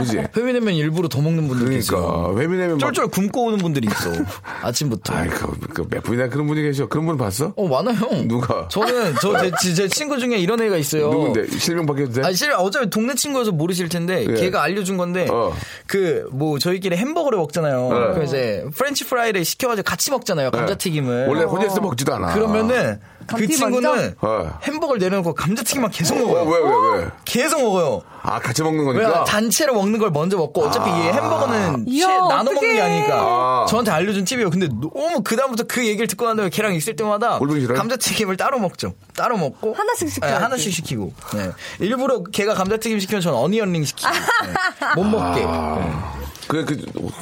[SPEAKER 1] 그지?
[SPEAKER 6] 회미냉면 일부러 더 먹는 분들 이 있어.
[SPEAKER 1] 그러니까 회미내면 막-
[SPEAKER 6] 쫄쫄 굶고 오는 분들이 있어. 아침부터.
[SPEAKER 1] 아이 그몇 분이나 그런 분이 계셔. 그런 분 봤어?
[SPEAKER 6] 어 많아요.
[SPEAKER 1] 누가?
[SPEAKER 6] 저는 저제 제 친구 중에 이런 애가 있어요.
[SPEAKER 1] 누군데 실명 바뀌어도 돼?
[SPEAKER 6] 아 실은 어차피 동네 친구여서 모르실 텐데
[SPEAKER 1] 예.
[SPEAKER 6] 걔가 알려준 건데
[SPEAKER 1] 어.
[SPEAKER 6] 그 뭐 저희끼리 햄버거를 먹잖아요.
[SPEAKER 1] 예.
[SPEAKER 6] 그래서 이제 프렌치 프라이를 시켜가지고 같이 먹잖아요. 감자튀김을.
[SPEAKER 1] 원래 혼자서 먹지도 않아.
[SPEAKER 6] 네. 어. 그러면은 그
[SPEAKER 7] 감튀
[SPEAKER 6] 친구는
[SPEAKER 1] 먼저? 예.
[SPEAKER 6] 햄버거를 내려놓고 감자튀김만 계속
[SPEAKER 1] 어,
[SPEAKER 6] 먹어요.
[SPEAKER 1] 왜, 왜, 왜?
[SPEAKER 6] 계속 먹어요.
[SPEAKER 1] 아, 같이 먹는
[SPEAKER 6] 왜
[SPEAKER 1] 거니까?
[SPEAKER 6] 단체로 먹는 걸 먼저 먹고 어차피 얘 햄버거는
[SPEAKER 7] 이야,
[SPEAKER 6] 채- 나눠 먹는 게
[SPEAKER 7] 어떡해.
[SPEAKER 6] 아니니까
[SPEAKER 1] 아.
[SPEAKER 6] 저한테 알려준 팁이에요. 근데 너무 그 다음부터 그 얘기를 듣고 난 다음에 걔랑 있을 때마다
[SPEAKER 1] 골뱅이 싫어요?
[SPEAKER 6] 감자튀김을 따로 먹죠. 따로 먹고
[SPEAKER 7] 하나씩 시켜요.
[SPEAKER 6] 네, 하나씩 시키고
[SPEAKER 1] 아.
[SPEAKER 6] 네. 일부러 걔가 감자튀김 시키면 저는 어니언링 시키고 네. 못 먹게. 네.
[SPEAKER 1] 그래, 그,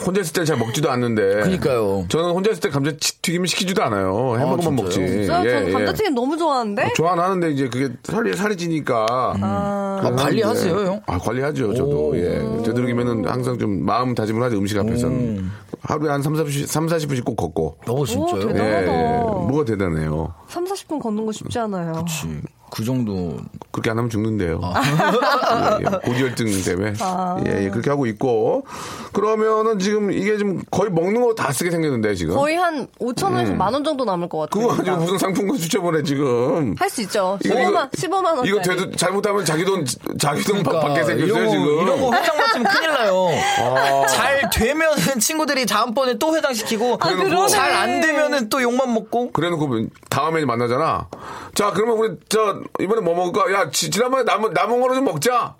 [SPEAKER 1] 혼자 있을 때 잘 먹지도 않는데.
[SPEAKER 6] 그러니까요.
[SPEAKER 1] 저는 혼자 있을 때 감자튀김 시키지도 않아요. 햄버거만
[SPEAKER 6] 아,
[SPEAKER 1] 먹지.
[SPEAKER 6] 진짜요?
[SPEAKER 7] 저는
[SPEAKER 1] 예, 예.
[SPEAKER 7] 감자튀김 너무 좋아하는데
[SPEAKER 1] 어, 좋아는 하는데 이제 그게 살이 살이 찌니까 그래서
[SPEAKER 6] 아, 관리하세요,
[SPEAKER 1] 하는데.
[SPEAKER 6] 형?
[SPEAKER 1] 아 관리하죠 저도 예 되도록이면은 항상 좀 마음 다짐을 하죠 음식 앞에서는 하루에 한 3, 40, 3, 40분씩 꼭 걷고
[SPEAKER 6] 어, 진짜요?
[SPEAKER 7] 대단하다.
[SPEAKER 1] 예, 예.
[SPEAKER 7] 맞아.
[SPEAKER 1] 뭐가 대단해요
[SPEAKER 7] 3, 40분 걷는 거 쉽지 않아요.
[SPEAKER 1] 그렇죠.
[SPEAKER 6] 그치. 그 정도.
[SPEAKER 1] 그렇게 안 하면 죽는데요
[SPEAKER 6] 아.
[SPEAKER 1] 예, 예. 고지혈증 때문에
[SPEAKER 7] 아.
[SPEAKER 1] 예, 예 그렇게 하고 있고 그러면은 지금 이게 지금 거의 먹는 거 다 쓰게 생겼는데 지금
[SPEAKER 7] 거의 한 5천 원에서 만 원 정도 남을 것 같아요.
[SPEAKER 1] 음. 그거 가지고 무슨 상품권 추첨을 해 지금
[SPEAKER 7] 할 수 있죠. 15만, 15만 원.
[SPEAKER 1] 이거 돼도 잘못하면 자기 돈 자기 돈
[SPEAKER 6] 그러니까
[SPEAKER 1] 밖에 생겼어요
[SPEAKER 6] 이런 거,
[SPEAKER 1] 지금 아.
[SPEAKER 6] 이런 거 회장 맞으면 큰일 나요. 잘 되면은 친구들이 다음번에 또
[SPEAKER 7] 아,
[SPEAKER 6] 회장시키고
[SPEAKER 1] 그러네.
[SPEAKER 6] 잘 안 되면은 또 욕만 먹고
[SPEAKER 1] 그래놓고 다음에 만나잖아. 자, 그러면 우리 저 이번에 뭐 먹을까? 야, 지, 지난번에 남은 남은 거로 좀 먹자.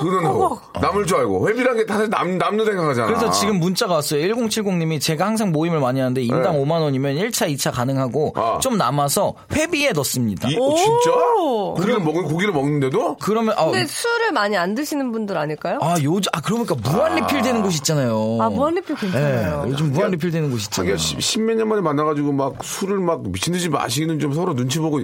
[SPEAKER 1] 그러는 남을 줄 알고 회비란 게 사실 남 남는 생각하잖아.
[SPEAKER 6] 그래서 지금 문자가 왔어요. 1070님이 제가 항상 모임을 많이 하는데 인당
[SPEAKER 1] 네.
[SPEAKER 6] 5만 원이면 1차, 2차 가능하고
[SPEAKER 1] 아.
[SPEAKER 6] 좀 남아서 회비에 넣습니다.
[SPEAKER 1] 이, 어, 진짜 고기를 먹은 고기를 먹는데도
[SPEAKER 6] 그러면 아,
[SPEAKER 7] 근데 술을 많이 안 드시는 분들 아닐까요?
[SPEAKER 6] 아 요즘 아 그러니까 무한 리필 되는 곳 있잖아요.
[SPEAKER 7] 아, 무한리필 괜찮아요.
[SPEAKER 6] 예, 요즘 무한 리필 되는 곳 있잖아요.
[SPEAKER 1] 자기가 십몇 년 만에 만나가지고 막 술을 막 미친 듯이 마시는 좀 서로 눈치 보고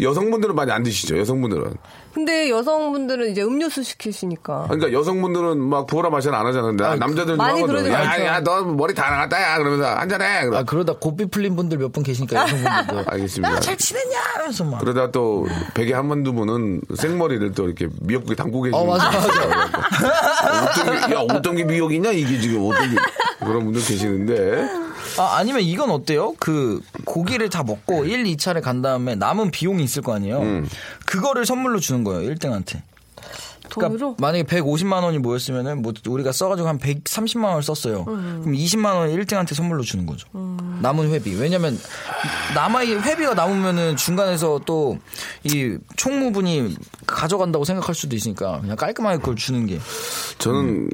[SPEAKER 1] 여성분들은 많이 안 드시죠. 여성분들은.
[SPEAKER 7] 근데 여성분들은 이제 음료수 시키시니까.
[SPEAKER 1] 그러니까 여성분들은 막 부어라 마시는 안 하잖아. 나, 남자들은 좀
[SPEAKER 7] 많이
[SPEAKER 1] 하거든.
[SPEAKER 7] 그러지
[SPEAKER 1] 야,
[SPEAKER 7] 않죠.
[SPEAKER 1] 야, 너 머리 다 나갔다야. 그러면서 한잔해. 그러.
[SPEAKER 6] 아 그러다 고삐 풀린 분들 몇 분 계시니까 여성분들도 뭐,
[SPEAKER 1] 알겠습니다.
[SPEAKER 6] 나잘 지냈냐 하면서 막.
[SPEAKER 1] 그러다 또 베개 한 번 두 분은 생머리를 또 이렇게 미역국에 담고 계시는
[SPEAKER 6] 어, 맞아,
[SPEAKER 1] 분들 어떤 게, 야 어떤 게 미역이냐 이게 지금 어떤 게 그런 분들 계시는데
[SPEAKER 6] 아, 아니면 이건 어때요? 그 고기를 다 먹고 1, 2차를 간 다음에 남은 비용이 있을 거 아니에요.
[SPEAKER 1] 음.
[SPEAKER 6] 그거를 선물로 주는 거예요. 1등한테.
[SPEAKER 1] 그러니까
[SPEAKER 7] 돈으로?
[SPEAKER 6] 그러니까 만약에 150만 원이 모였으면은 뭐 우리가 써가지고 한 130만 원을 썼어요. 그럼 20만 원을 1등한테 선물로 주는 거죠. 남은 회비. 왜냐면 남아 회비가 남으면은 중간에서 또 이 총무분이 가져간다고 생각할 수도 있으니까 그냥 깔끔하게 그걸 주는 게.
[SPEAKER 1] 저는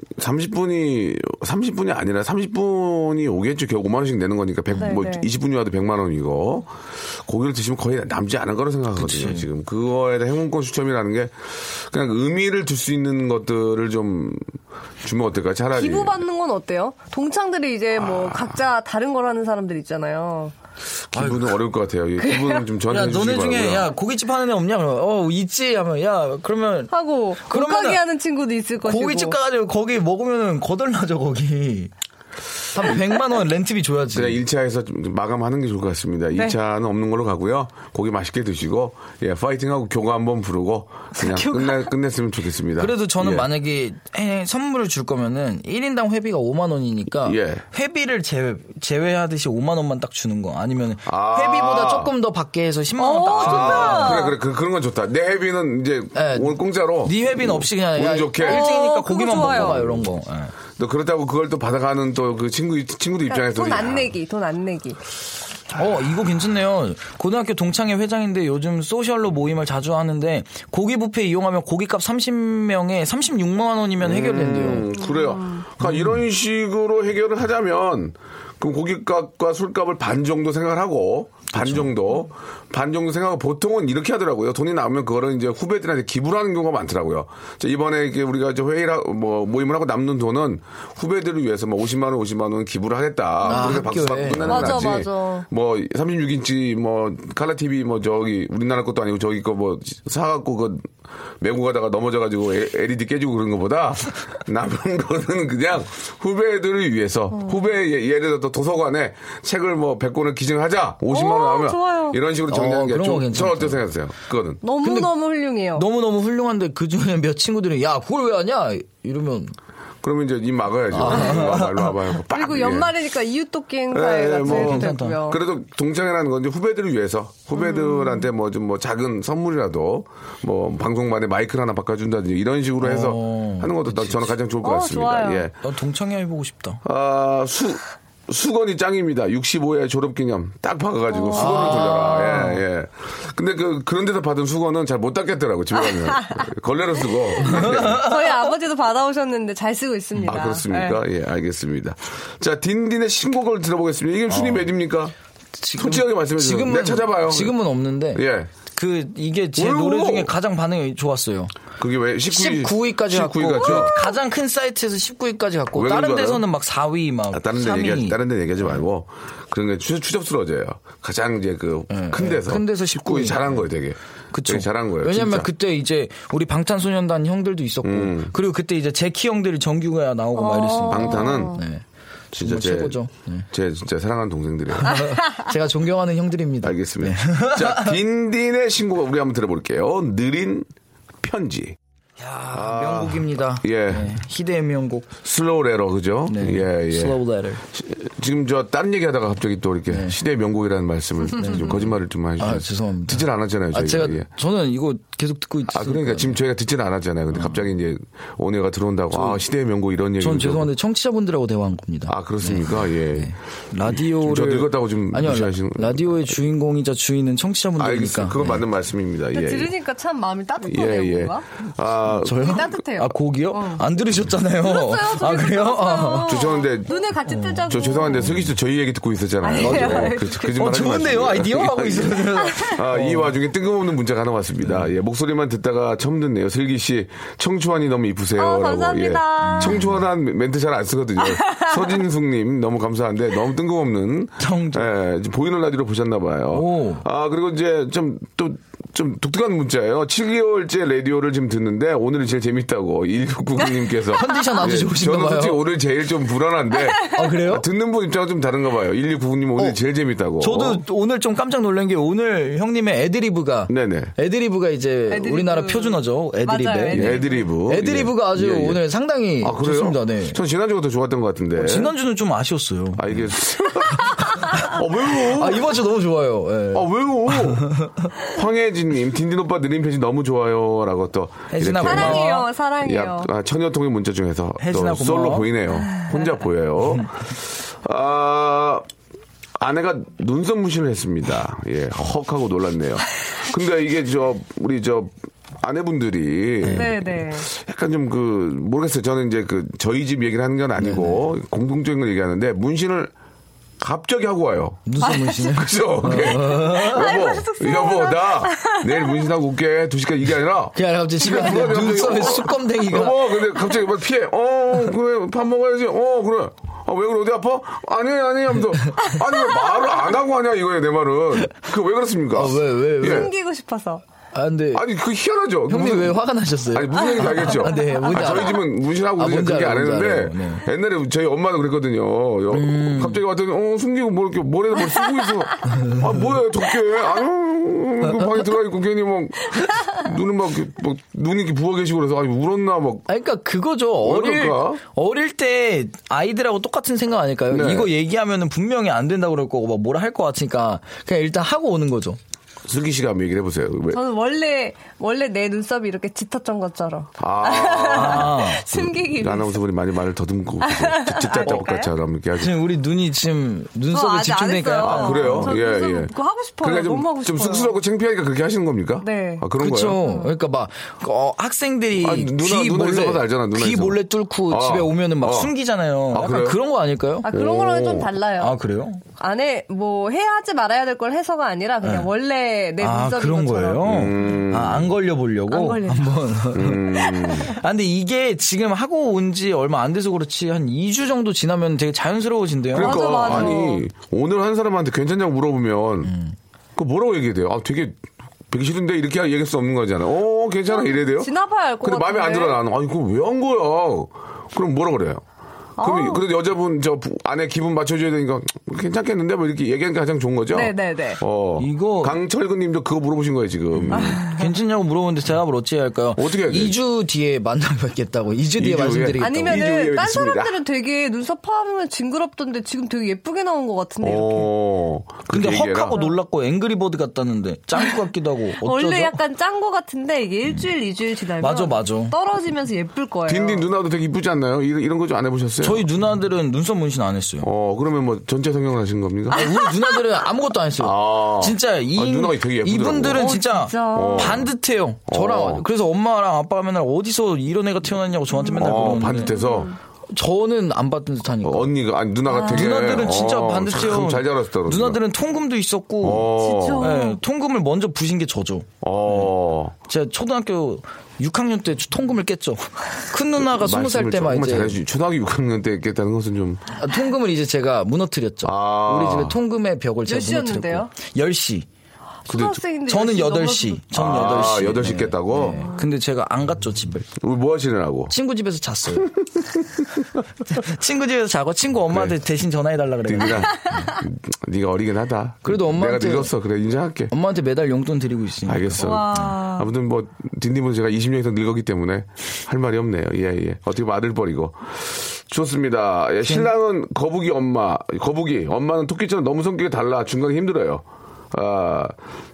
[SPEAKER 1] 30분이 30분이 아니라 30분이 오겠죠 겨우 5만 원씩 내는 거니까 100, 뭐
[SPEAKER 7] 네, 네.
[SPEAKER 1] 20분이 와도 100만 원이고 고기를 드시면 거의 남지 않은 거로 생각하거든요 지금 그거에 대한 행운권 추첨이라는 게 그냥 의미를 둘 수 있는 것들을 좀 주면 어떨까요 차라리
[SPEAKER 7] 기부 받는 건 어때요? 동창들이
[SPEAKER 1] 아.
[SPEAKER 7] 이제 뭐 각자 다른 걸 하는 사람들 있잖아요.
[SPEAKER 1] 기부는 어려울 것 같아요 이 기부는 좀 저한테
[SPEAKER 6] 야
[SPEAKER 1] 해주시기
[SPEAKER 6] 너네 중에
[SPEAKER 1] 바라고요.
[SPEAKER 6] 야 고깃집 하는 애 없냐? 그러면 어 있지 하면 야 그러면
[SPEAKER 7] 하고
[SPEAKER 6] 그러면은
[SPEAKER 7] 옷가게 하는 친구도 있을 것이고.
[SPEAKER 6] 고깃집 가가지고 거기 먹으면은 거덜나죠 거기 한 100만 원 렌트비 줘야지
[SPEAKER 1] 그냥 1차에서 마감하는 게 좋을 것 같습니다.
[SPEAKER 6] 네.
[SPEAKER 1] 2차는 없는 걸로 가고요. 고기 맛있게 드시고, 예, 파이팅하고 교가 한번 부르고, 그냥 끝내, 끝냈으면 좋겠습니다.
[SPEAKER 6] 그래도 저는
[SPEAKER 1] 예.
[SPEAKER 6] 만약에 에, 선물을 줄 거면은 1인당 회비가 5만 원이니까
[SPEAKER 1] 예.
[SPEAKER 6] 회비를 제외, 제외하듯이 5만 원만 딱 주는 거 아니면
[SPEAKER 1] 아.
[SPEAKER 6] 회비보다 조금 더 받게 해서 10만
[SPEAKER 7] 어,
[SPEAKER 6] 원딱 주는 거
[SPEAKER 1] 그래, 그래, 그, 그런 건 좋다. 내 해비는 이제
[SPEAKER 6] 예.
[SPEAKER 1] 오늘 공짜로.
[SPEAKER 6] 네 회비는 없이 그냥 야,
[SPEAKER 1] 운 좋게.
[SPEAKER 6] 일찍이니까
[SPEAKER 7] 어, 그거
[SPEAKER 6] 고기만
[SPEAKER 7] 좋아요.
[SPEAKER 6] 먹어봐 이런 거 예.
[SPEAKER 1] 또 그렇다고 그걸 또 받아가는 또 그 친구, 친구들
[SPEAKER 6] 그러니까
[SPEAKER 1] 입장에서.
[SPEAKER 7] 그러니까 돈
[SPEAKER 1] 야,
[SPEAKER 7] 안 내기, 돈 안 내기.
[SPEAKER 6] 어, 이거 괜찮네요. 고등학교 동창회 회장인데 요즘 소셜로 모임을 자주 하는데 고기 뷔페 이용하면 고기값 30명에 36만 원이면 해결된대요.
[SPEAKER 1] 음, 그래요. 그러니까 이런 식으로 해결을 하자면 그럼 고깃값과 술값을 반 정도 생각을 하고 반
[SPEAKER 6] 그렇죠.
[SPEAKER 1] 정도 반 정도 생각하고 보통은 이렇게 하더라고요. 돈이 나오면 그거를 이제 후배들한테 기부를 하는 경우가 많더라고요. 자, 이번에 이게 우리가 이제 회의를 하- 뭐 모임을 하고 남는 돈은 후배들을 위해서 뭐 50만 원, 50만 원 기부를 하겠다.
[SPEAKER 6] 아,
[SPEAKER 1] 우리가 박수 받고
[SPEAKER 6] 학교에.
[SPEAKER 1] 끝내는
[SPEAKER 7] 맞아,
[SPEAKER 1] 거지.
[SPEAKER 7] 맞아.
[SPEAKER 1] 뭐 36인치 뭐 칼라 TV 뭐 저기 우리나라 것도 아니고 저기 거 뭐 사갖고 그 메고 가다가 넘어져가지고 에- LED 깨지고 그런 거보다 남은 거는 그냥 후배들을 위해서
[SPEAKER 7] 어.
[SPEAKER 1] 후배 예- 예를 들어 서 도서관에 책을 뭐 100권을 기증하자 50만 원
[SPEAKER 7] 오,
[SPEAKER 1] 하면
[SPEAKER 7] 어, 좋아요.
[SPEAKER 1] 이런 식으로
[SPEAKER 6] 어,
[SPEAKER 1] 정리하는
[SPEAKER 6] 그런 거
[SPEAKER 1] 게좀저
[SPEAKER 6] 괜찮다.
[SPEAKER 1] 어떻게 생각하세요? 그거는
[SPEAKER 7] 너무너무 훌륭해요.
[SPEAKER 6] 너무너무 훌륭한데 그 중에 몇 친구들이 야, 그걸 왜 하냐? 이러면
[SPEAKER 1] 그러면 이제 입 막아야죠. 일로 와봐, 일로 와봐. 빡!
[SPEAKER 7] 그리고
[SPEAKER 1] 예.
[SPEAKER 7] 연말이니까 이웃돕기 행사에
[SPEAKER 1] 예,
[SPEAKER 7] 같이
[SPEAKER 1] 뭐
[SPEAKER 7] 해도
[SPEAKER 6] 괜찮다.
[SPEAKER 7] 되고요.
[SPEAKER 1] 그래도 동창회라는 건 이제 후배들을 위해서 후배들한테 뭐 좀 뭐 작은 선물이라도 뭐 방송만에 마이크를 하나 바꿔준다든지 이런 식으로 해서
[SPEAKER 6] 어,
[SPEAKER 1] 하는 것도 저는 가장 좋을 것
[SPEAKER 7] 어,
[SPEAKER 1] 같습니다.
[SPEAKER 7] 좋아요.
[SPEAKER 1] 예.
[SPEAKER 6] 나 동창회 해보고 싶다.
[SPEAKER 1] 아, 수, 수건이 짱입니다. 65회 졸업 기념. 딱 박아가지고 수건을 돌려라. 예, 예. 근데 그, 그런 데서 받은 수건은 잘 못 닦겠더라고, 집에 가면. 걸레로 쓰고.
[SPEAKER 7] 저희 아버지도 받아오셨는데 잘 쓰고 있습니다. 네.
[SPEAKER 1] 아, 그렇습니까? 예, 알겠습니다. 자, 딘딘의 신곡을 들어보겠습니다. 이게 순위 몇입니까? 솔직하게 말씀해 주세요.
[SPEAKER 6] 지금은,
[SPEAKER 1] 내가 찾아봐요.
[SPEAKER 6] 네. 지금은 없는데.
[SPEAKER 1] 예.
[SPEAKER 6] 그 이게 제
[SPEAKER 1] 어이구.
[SPEAKER 6] 노래 중에 가장 반응이 좋았어요.
[SPEAKER 1] 그게 왜 19위?
[SPEAKER 6] 19위까지 갔고
[SPEAKER 1] 19위 갔죠?
[SPEAKER 6] 가장 큰 사이트에서 19위까지 갔고
[SPEAKER 1] 왜 그런
[SPEAKER 6] 다른
[SPEAKER 1] 줄 알아요?
[SPEAKER 6] 데서는 막 4위 막
[SPEAKER 1] 아, 다른 데
[SPEAKER 6] 3위 네.
[SPEAKER 1] 얘기 다른 데 얘기하지 말고 그런 게 추, 추접스러워져요. 가장 이제 그 큰 데서
[SPEAKER 6] 네, 큰 데서
[SPEAKER 1] 19위
[SPEAKER 6] 19위.
[SPEAKER 1] 잘한 거예요, 되게.
[SPEAKER 6] 그쵸.
[SPEAKER 1] 되게 잘한 거예요.
[SPEAKER 6] 왜냐면
[SPEAKER 1] 진짜. 음.
[SPEAKER 6] 그때 이제 우리 방탄소년단 형들도 있었고 그리고 그때 이제 제키 형들이 정규가 나오고 막 이랬으니까.
[SPEAKER 1] 방탄은
[SPEAKER 6] 네.
[SPEAKER 1] 진짜
[SPEAKER 6] 정말
[SPEAKER 1] 제,
[SPEAKER 6] 최고죠. 네.
[SPEAKER 1] 제 진짜 사랑하는 동생들이에요.
[SPEAKER 6] 제가 존경하는 형들입니다.
[SPEAKER 1] 알겠습니다.
[SPEAKER 6] 네.
[SPEAKER 1] 자, 딘딘의 신곡 우리 한번 들어볼게요. 느린 편지.
[SPEAKER 6] 아, 명곡입니다.
[SPEAKER 1] 예.
[SPEAKER 6] 네, 희대의 명곡.
[SPEAKER 1] 슬로우 레러 그죠?
[SPEAKER 6] 네.
[SPEAKER 1] 예, 예.
[SPEAKER 6] Slow Letter.
[SPEAKER 1] 시- 지금 저 다른 얘기하다가 갑자기 또 이렇게 시대의 명곡이라는 말씀을 좀 거짓말을 좀 하시죠.
[SPEAKER 6] 네. 아, 죄송합니다.
[SPEAKER 1] 듣질 않았잖아요,
[SPEAKER 6] 아,
[SPEAKER 1] 저희가.
[SPEAKER 6] 제가
[SPEAKER 1] 예.
[SPEAKER 6] 저는 이거 계속 듣고 있어요.
[SPEAKER 1] 아, 그러니까 지금 저희가 듣질 않았잖아요.
[SPEAKER 6] 어.
[SPEAKER 1] 근데 갑자기 이제 오네가 들어온다고 아, 시대의 명곡 이런 얘기.
[SPEAKER 6] 전 죄송한데 청취자분들하고 대화한 겁니다.
[SPEAKER 1] 아, 그렇습니까?
[SPEAKER 6] 네.
[SPEAKER 1] 예.
[SPEAKER 6] 라디오를
[SPEAKER 1] 저 늙었다고 좀
[SPEAKER 6] 아니요
[SPEAKER 1] 무시하시는-
[SPEAKER 6] 라- 라디오의 주인공이자 주인은 청취자분들이니까 네.
[SPEAKER 1] 알겠습니다. 그건 맞는 말씀입니다. 예.
[SPEAKER 7] 그러니까 들으니까 참 마음이
[SPEAKER 1] 예,
[SPEAKER 7] 따뜻하네요,
[SPEAKER 1] 예.
[SPEAKER 7] 뭔가.
[SPEAKER 1] 아,
[SPEAKER 6] 저요?
[SPEAKER 7] 네, 따뜻해요. 어.
[SPEAKER 6] 아 곡이요? 안 들으셨잖아요.
[SPEAKER 7] 들었어요,
[SPEAKER 6] 아
[SPEAKER 7] 저희도
[SPEAKER 6] 그래요? 아.
[SPEAKER 7] 들었어요.
[SPEAKER 1] 죄송한데
[SPEAKER 7] 눈을 같이 뜨자고.
[SPEAKER 1] 저 죄송한데 슬기 씨 저희 얘기 듣고 있었잖아요.
[SPEAKER 7] 아니에요.
[SPEAKER 1] 어, 그, 그, 거짓말
[SPEAKER 6] 어,
[SPEAKER 1] 하지
[SPEAKER 6] 좋은데요
[SPEAKER 1] 마시고요.
[SPEAKER 6] 아이디어 하고 있어요.
[SPEAKER 1] 아,
[SPEAKER 6] 어.
[SPEAKER 1] 이 와중에 뜬금없는 문자가 하나 왔습니다.
[SPEAKER 6] 네.
[SPEAKER 1] 예, 목소리만 듣다가 처음 듣네요. 슬기 씨, 청초환이 너무 이쁘세요.
[SPEAKER 7] 아,
[SPEAKER 1] 라고.
[SPEAKER 7] 감사합니다.
[SPEAKER 1] 예. 청초환한 멘트 잘 안 쓰거든요. 서진숙님, 너무 감사한데, 너무 뜬금없는.
[SPEAKER 6] 청초.
[SPEAKER 1] 예, 이제 보이는 라디오로 보셨나봐요.
[SPEAKER 6] 오.
[SPEAKER 1] 아, 그리고 이제 좀, 또, 좀 독특한 문자예요. 7개월째 라디오를 지금 듣는데, 오늘이 제일 재밌다고. 1699님께서. 예,
[SPEAKER 6] 컨디션 아주 좋으신가
[SPEAKER 1] 저는 솔직히
[SPEAKER 6] 봐요.
[SPEAKER 1] 오늘 제일 좀 불안한데.
[SPEAKER 6] 아 그래요?
[SPEAKER 1] 듣는 분 입장은 좀 다른가 봐요. 1699님 오늘
[SPEAKER 6] 어.
[SPEAKER 1] 제일 재밌다고.
[SPEAKER 6] 저도 오늘 좀 깜짝 놀란 게 오늘 형님의 애드리브가
[SPEAKER 1] 네네.
[SPEAKER 6] 애드리브가 이제
[SPEAKER 7] 애드리브.
[SPEAKER 6] 우리나라 표준어죠. 애드리브.
[SPEAKER 7] 맞아요, 애드리브.
[SPEAKER 1] 애드리브.
[SPEAKER 6] 애드리브가
[SPEAKER 1] 예.
[SPEAKER 6] 아주
[SPEAKER 1] 예, 예.
[SPEAKER 6] 오늘 상당히
[SPEAKER 1] 아, 그래요? 예?
[SPEAKER 6] 좋습니다. 네. 어,
[SPEAKER 1] 전 지난주가 더 좋았던 것 같은데.
[SPEAKER 6] 지난주는 좀 아쉬웠어요.
[SPEAKER 1] 아, 이게. 어, 왜요?
[SPEAKER 6] 아 이번 주 너무 좋아요. 예.
[SPEAKER 1] 아, 왜요? 황혜진님, 딘딘 오빠 느린 편지 너무 좋아요. 라고 또.
[SPEAKER 6] 혜진아,
[SPEAKER 1] 이렇게
[SPEAKER 6] 고마워.
[SPEAKER 7] 사랑해요, 사랑해요.
[SPEAKER 1] 약, 아, 천여통의 문자 중에서
[SPEAKER 6] 혜진아,
[SPEAKER 1] 또
[SPEAKER 6] 고마워.
[SPEAKER 1] 솔로 보이네요. 혼자 보여요. 아, 아내가 눈썹 무시를 했습니다. 예, 헉 하고 놀랐네요. 근데 이게 저, 우리 저, 아내분들이
[SPEAKER 7] 네, 네.
[SPEAKER 1] 약간 좀 그 모르겠어요. 저는 이제 그 저희 집 얘기를 하는 건 아니고 공동적인 걸 얘기하는데 문신을 갑자기 하고 와요. 아,
[SPEAKER 6] 눈썹 문신을. 어.
[SPEAKER 1] 그죠? 예. 여보, 여보, 나 내일 문신하고 올게. 2시까지 이게 아니라.
[SPEAKER 6] 그냥 갑자기 집에 왔는데
[SPEAKER 1] 갑자기
[SPEAKER 6] 눈썹에
[SPEAKER 1] 여보,
[SPEAKER 6] 쑥검댕이가
[SPEAKER 1] 여보, 근데 갑자기 막 피해. 어, 그래, 밥 먹어야지. 어, 그래. 아, 왜 그래, 어디 아파? 아니, 아니, 하면서. 아니, 왜 말을 안 하고 하냐, 이거예요, 내 말은. 그 왜 그렇습니까?
[SPEAKER 6] 아, 왜, 왜, 왜?
[SPEAKER 1] 예.
[SPEAKER 7] 숨기고 싶어서.
[SPEAKER 6] 아 근데
[SPEAKER 1] 아니, 그 희한하죠.
[SPEAKER 6] 형님
[SPEAKER 1] 무슨-
[SPEAKER 6] 왜 화가 나셨어요?
[SPEAKER 1] 아니 무슨 얘기인지 알겠죠?
[SPEAKER 6] 네. 아, 네, 뭔지
[SPEAKER 1] 아, 저희
[SPEAKER 6] 알아요.
[SPEAKER 1] 집은 문신하고
[SPEAKER 6] 아,
[SPEAKER 1] 우리는
[SPEAKER 6] 뭔지
[SPEAKER 1] 그렇게 안
[SPEAKER 6] 알아요, 뭔지
[SPEAKER 1] 했는데
[SPEAKER 6] 알아요. 네. 음.
[SPEAKER 1] 옛날에 저희 엄마도 그랬거든요. 여- 갑자기 왔더니 어 숨기고 뭐 이렇게 모래를 뭘 쓰고 있어. 아 뭐야 덮개. 아유 그 방에 들어가 있고 괜히 막 눈은 막, 이렇게 막 눈이 이렇게 부어 계시고 그래서 아니 울었나 뭐, 막.
[SPEAKER 6] 아니, 그러니까 그거죠. 어릴
[SPEAKER 1] 그럴까?
[SPEAKER 6] 어릴 때 아이들하고 똑같은 생각 아닐까요?
[SPEAKER 1] 네.
[SPEAKER 6] 이거 얘기하면은 분명히 안 된다고 그럴 거고 막 뭐라 할 것 같으니까 그냥 일단 하고 오는 거죠.
[SPEAKER 1] 슬기 씨가 한번 얘기를 해보세요. 왜?
[SPEAKER 7] 저는 원래, 원래 내 눈썹이 이렇게 짙었던 것처럼.
[SPEAKER 1] 아.
[SPEAKER 7] 숨기기 어, 아, 위해서.
[SPEAKER 1] 아나운서분이 많이 말을 더듬고 찌짜짜까처럼 이렇게 하죠.
[SPEAKER 6] 지금 우리 눈이 지금
[SPEAKER 7] 저
[SPEAKER 6] 눈썹에
[SPEAKER 7] 아직 안
[SPEAKER 6] 집중되니까
[SPEAKER 7] 했어요.
[SPEAKER 6] 약간
[SPEAKER 1] 아 그래요?
[SPEAKER 7] 저 눈썹
[SPEAKER 1] 예예.
[SPEAKER 7] 묶고 하고 싶어요.
[SPEAKER 1] 그러니까 좀,
[SPEAKER 7] 아, 너무 하고
[SPEAKER 1] 좀
[SPEAKER 7] 싶어요.
[SPEAKER 1] 쑥스럽고 창피하니까 그렇게 하시는 겁니까?
[SPEAKER 7] 네.
[SPEAKER 1] 아 그런 거예요.
[SPEAKER 6] 그렇죠. 그러니까 막 어, 학생들이
[SPEAKER 1] 아, 누나-
[SPEAKER 6] 귀
[SPEAKER 1] 누나
[SPEAKER 6] 몰래
[SPEAKER 1] 이상하다 알잖아, 누나
[SPEAKER 6] 귀
[SPEAKER 1] 이상.
[SPEAKER 6] 몰래 뚫고
[SPEAKER 1] 아.
[SPEAKER 6] 집에 오면은 막
[SPEAKER 1] 아.
[SPEAKER 6] 숨기잖아요.
[SPEAKER 1] 아,
[SPEAKER 6] 약간
[SPEAKER 1] 그래요?
[SPEAKER 6] 그런 거 아닐까요?
[SPEAKER 7] 아, 그런 거랑은
[SPEAKER 1] 음.
[SPEAKER 7] 좀 달라요.
[SPEAKER 6] 아 그래요?
[SPEAKER 7] 안에 뭐 해야 하지 말아야 될 걸 해서가 아니라 그냥
[SPEAKER 1] 네.
[SPEAKER 7] 원래 내
[SPEAKER 6] 아
[SPEAKER 7] 눈썹인
[SPEAKER 6] 그런
[SPEAKER 7] 것처럼.
[SPEAKER 6] 거예요.
[SPEAKER 1] 음.
[SPEAKER 6] 아, 안 걸려 보려고
[SPEAKER 7] 안 걸리죠.
[SPEAKER 6] 한번. 아 근데 이게 지금 하고 온 지 얼마 안 돼서 그렇지 한 2주 정도 지나면 되게 자연스러워진대요.
[SPEAKER 1] 그러니까
[SPEAKER 7] 맞아, 맞아.
[SPEAKER 1] 니 오늘 한 사람한테 괜찮냐고 물어보면
[SPEAKER 7] 음.
[SPEAKER 1] 그 뭐라고 얘기해야 돼요? 아 되게 되기 싫은데 이렇게 얘기할 수 없는 거잖아. 어 괜찮아 이래야 돼요?
[SPEAKER 7] 지나봐야 알 것
[SPEAKER 1] 근데 마음에 안
[SPEAKER 7] 같은데.
[SPEAKER 1] 들어 나는 아니 그거 왜 한 거야? 그럼 뭐라 그래요? 그럼
[SPEAKER 7] 아.
[SPEAKER 1] 그래도 여자분 저 부- 아내 기분 맞춰줘야 되니까 괜찮겠는데 뭐 이렇게 얘기하는 게 가장 좋은 거죠?
[SPEAKER 7] 네네네. 아,
[SPEAKER 1] 어
[SPEAKER 6] 이거-
[SPEAKER 1] 강철근님도 그거 물어보신 거예요 지금.
[SPEAKER 6] 괜찮냐고 물어보는데 대답을 어찌 해야 할까요?
[SPEAKER 1] 어떻게 해야 돼요?
[SPEAKER 6] 2주 뒤에 만나뵙겠다고. 2주 뒤에
[SPEAKER 1] 이주
[SPEAKER 6] 말씀드리겠다고.
[SPEAKER 1] 이주에
[SPEAKER 7] 아니면은 딴
[SPEAKER 1] 뵙겠습니다.
[SPEAKER 7] 사람들은 되게 눈썹 파면 징그럽던데 지금 되게 예쁘게 나온 것 같은데 이렇게.
[SPEAKER 1] 어
[SPEAKER 6] 근데
[SPEAKER 1] 그렇게 얘기해라.
[SPEAKER 6] 헉하고 놀랐고 앵그리버드 같다는데 짱구 같기도 하고 어쩌죠?
[SPEAKER 7] 원래 약간 짠 거 같은데 이게 일주일, 이주일 지나면
[SPEAKER 6] 맞아, 맞아.
[SPEAKER 7] 떨어지면서 예쁠 거예요.
[SPEAKER 1] 딘딘 누나도 되게 이쁘지 않나요? 이런, 이런 거 좀 안 해보셨어요?
[SPEAKER 6] 저희 누나들은 눈썹 문신 안 했어요.
[SPEAKER 1] 어 그러면 뭐 전체 성형을 하신 겁니까?
[SPEAKER 6] 아니, 우리 누나들은 아무것도 안 했어요.
[SPEAKER 1] 아.
[SPEAKER 6] 진짜 이,
[SPEAKER 1] 아, 누나가 되게 예쁘더라고.
[SPEAKER 6] 이분들은
[SPEAKER 1] 어,
[SPEAKER 6] 진짜,
[SPEAKER 7] 진짜.
[SPEAKER 6] 반듯해요. 저랑
[SPEAKER 1] 어.
[SPEAKER 6] 그래서 엄마랑 아빠가 맨날 어디서 이런 애가 태어났냐고 네. 저한테 맨날
[SPEAKER 1] 어,
[SPEAKER 6] 그러는데
[SPEAKER 1] 반듯해서
[SPEAKER 6] 저는 안 반듯하니까.
[SPEAKER 8] 어, 그,
[SPEAKER 1] 언니가 아니 누나가 되게
[SPEAKER 6] 누나들은 진짜
[SPEAKER 1] 어,
[SPEAKER 6] 반듯해요.
[SPEAKER 1] 참잘 자랐다. 그러더라.
[SPEAKER 6] 누나들은 통금도 있었고
[SPEAKER 1] 어,
[SPEAKER 7] 진짜.
[SPEAKER 6] 예, 통금을 먼저 부신 게 저죠.
[SPEAKER 1] 어.
[SPEAKER 6] 제가 초등학교 6학년 때 통금을 깼죠. 큰 누나가 그러니까 20살
[SPEAKER 8] 말씀을
[SPEAKER 6] 때만
[SPEAKER 8] 조금만
[SPEAKER 6] 이제
[SPEAKER 8] 잘해주시. 초등학교 6학년 때 깼다는 것은 좀
[SPEAKER 6] 아, 통금을 이제 제가 무너뜨렸죠.
[SPEAKER 8] 아.
[SPEAKER 6] 우리 집에 통금의 벽을 제가
[SPEAKER 7] 몇 시였는데요?
[SPEAKER 6] 무너뜨렸고 10시.
[SPEAKER 7] 초등학생인데
[SPEAKER 6] 저는 8시.
[SPEAKER 7] 열심히 넘어서-
[SPEAKER 6] 저는
[SPEAKER 8] 아,
[SPEAKER 6] 8시. 네.
[SPEAKER 8] 8시 깼다고?
[SPEAKER 6] 근데 제가 안 갔죠, 집을.
[SPEAKER 8] 우리 뭐 하시느라고?
[SPEAKER 6] 친구 집에서 잤어요. 친구 집에서 자고 친구 엄마한테 대신 전화해달라 그래요.
[SPEAKER 8] 네가 네가 어리긴 하다.
[SPEAKER 6] 그래도 엄마한테-
[SPEAKER 8] 내가 늙었어. 그래 인정할게.
[SPEAKER 6] 엄마한테 매달 용돈 드리고
[SPEAKER 1] 아,
[SPEAKER 6] 있으니까.
[SPEAKER 8] 음. 알겠어. 아무튼 뭐 딘딘은 제가 20년 이상 늙었기 때문에 할 말이 없네요. 예예. 어떻게 보면 아들 버리고 좋습니다.
[SPEAKER 7] 네.
[SPEAKER 8] 예, 신랑은 거북이 엄마, 거북이 엄마는 토끼처럼 너무 성격이 달라 중간에 힘들어요. 아,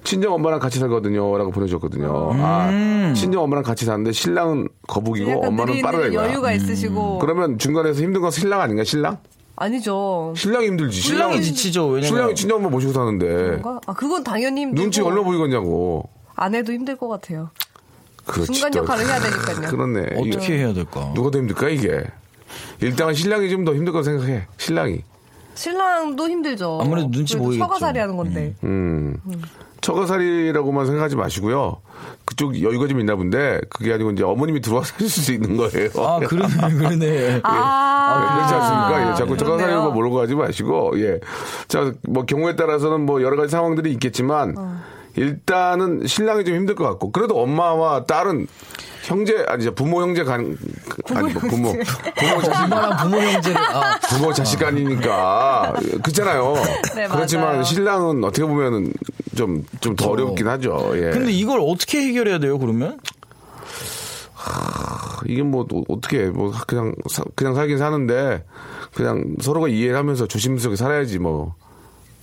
[SPEAKER 8] 친정 엄마랑 같이 살거든요라고 보내주셨거든요. 아, 친정 엄마랑 같이 사는데 신랑은 거북이고
[SPEAKER 7] 음. 약간
[SPEAKER 8] 엄마는
[SPEAKER 7] 느리는
[SPEAKER 8] 빠르래요.
[SPEAKER 7] 여유가 있으시고
[SPEAKER 8] 그러면 중간에서 힘든 건 신랑 아닌가? 신랑?
[SPEAKER 7] 아니죠.
[SPEAKER 8] 신랑이 힘들지.
[SPEAKER 6] 신랑이
[SPEAKER 8] 신랑은-
[SPEAKER 6] 지치죠. 왜냐면
[SPEAKER 8] 신랑이 친정 엄마 모시고 사는데
[SPEAKER 7] 뭔가? 아 그건 당연히 힘들고
[SPEAKER 8] 네. 눈치 얼마 보이겠냐고.
[SPEAKER 7] 아내도 힘들 것 같아요.
[SPEAKER 8] 그렇지
[SPEAKER 7] 중간
[SPEAKER 8] 또.
[SPEAKER 7] 역할을 해야 되니까요.
[SPEAKER 8] 그렇죠. 그렇네.
[SPEAKER 6] 어떻게
[SPEAKER 8] 이거
[SPEAKER 6] 해야 될까?
[SPEAKER 8] 누가 더 힘들까 이게? 일단은 신랑이 좀 더 힘들 거라 생각해. 신랑이.
[SPEAKER 7] 신랑도 힘들죠.
[SPEAKER 6] 아무래도 눈치
[SPEAKER 7] 그래도
[SPEAKER 6] 보이겠죠.
[SPEAKER 7] 처가살이 하는 건데.
[SPEAKER 8] 음. 처가살이라고만 생각하지 마시고요. 그쪽 여유가 좀 있나 본데 그게 아니고 이제 어머님이 들어와서 하실 수도 있는 거예요.
[SPEAKER 6] 아, 그러네, 그러네.
[SPEAKER 7] 아,
[SPEAKER 8] 예, 그렇지 않습니까? 예, 자꾸
[SPEAKER 7] 그렇네요.
[SPEAKER 8] 처가살이라고 모르고 하지 마시고 예. 자, 뭐 경우에 따라서는 뭐 여러 가지 상황들이 있겠지만 일단은 신랑이 좀 힘들 것 같고 그래도 엄마와 딸은 형제 아니 죠 부모 형제 간 아니 뭐 부모 부모 자식
[SPEAKER 6] 엄마랑 부모 형제를, 아,
[SPEAKER 8] 부모 자식 아니니까 그렇잖아요.
[SPEAKER 7] 네,
[SPEAKER 8] 그렇지만
[SPEAKER 7] 맞아요.
[SPEAKER 8] 신랑은 어떻게 보면은 좀 좀 더 어렵긴 하죠. 예.
[SPEAKER 6] 근데
[SPEAKER 8] 근데
[SPEAKER 6] 이걸 어떻게 해결해야 돼요, 그러면?
[SPEAKER 8] 이게 뭐 또 어떻게 뭐 그냥 사- 그냥 살긴 사는데 그냥 서로가 이해를 하면서 조심스럽게 살아야지 뭐.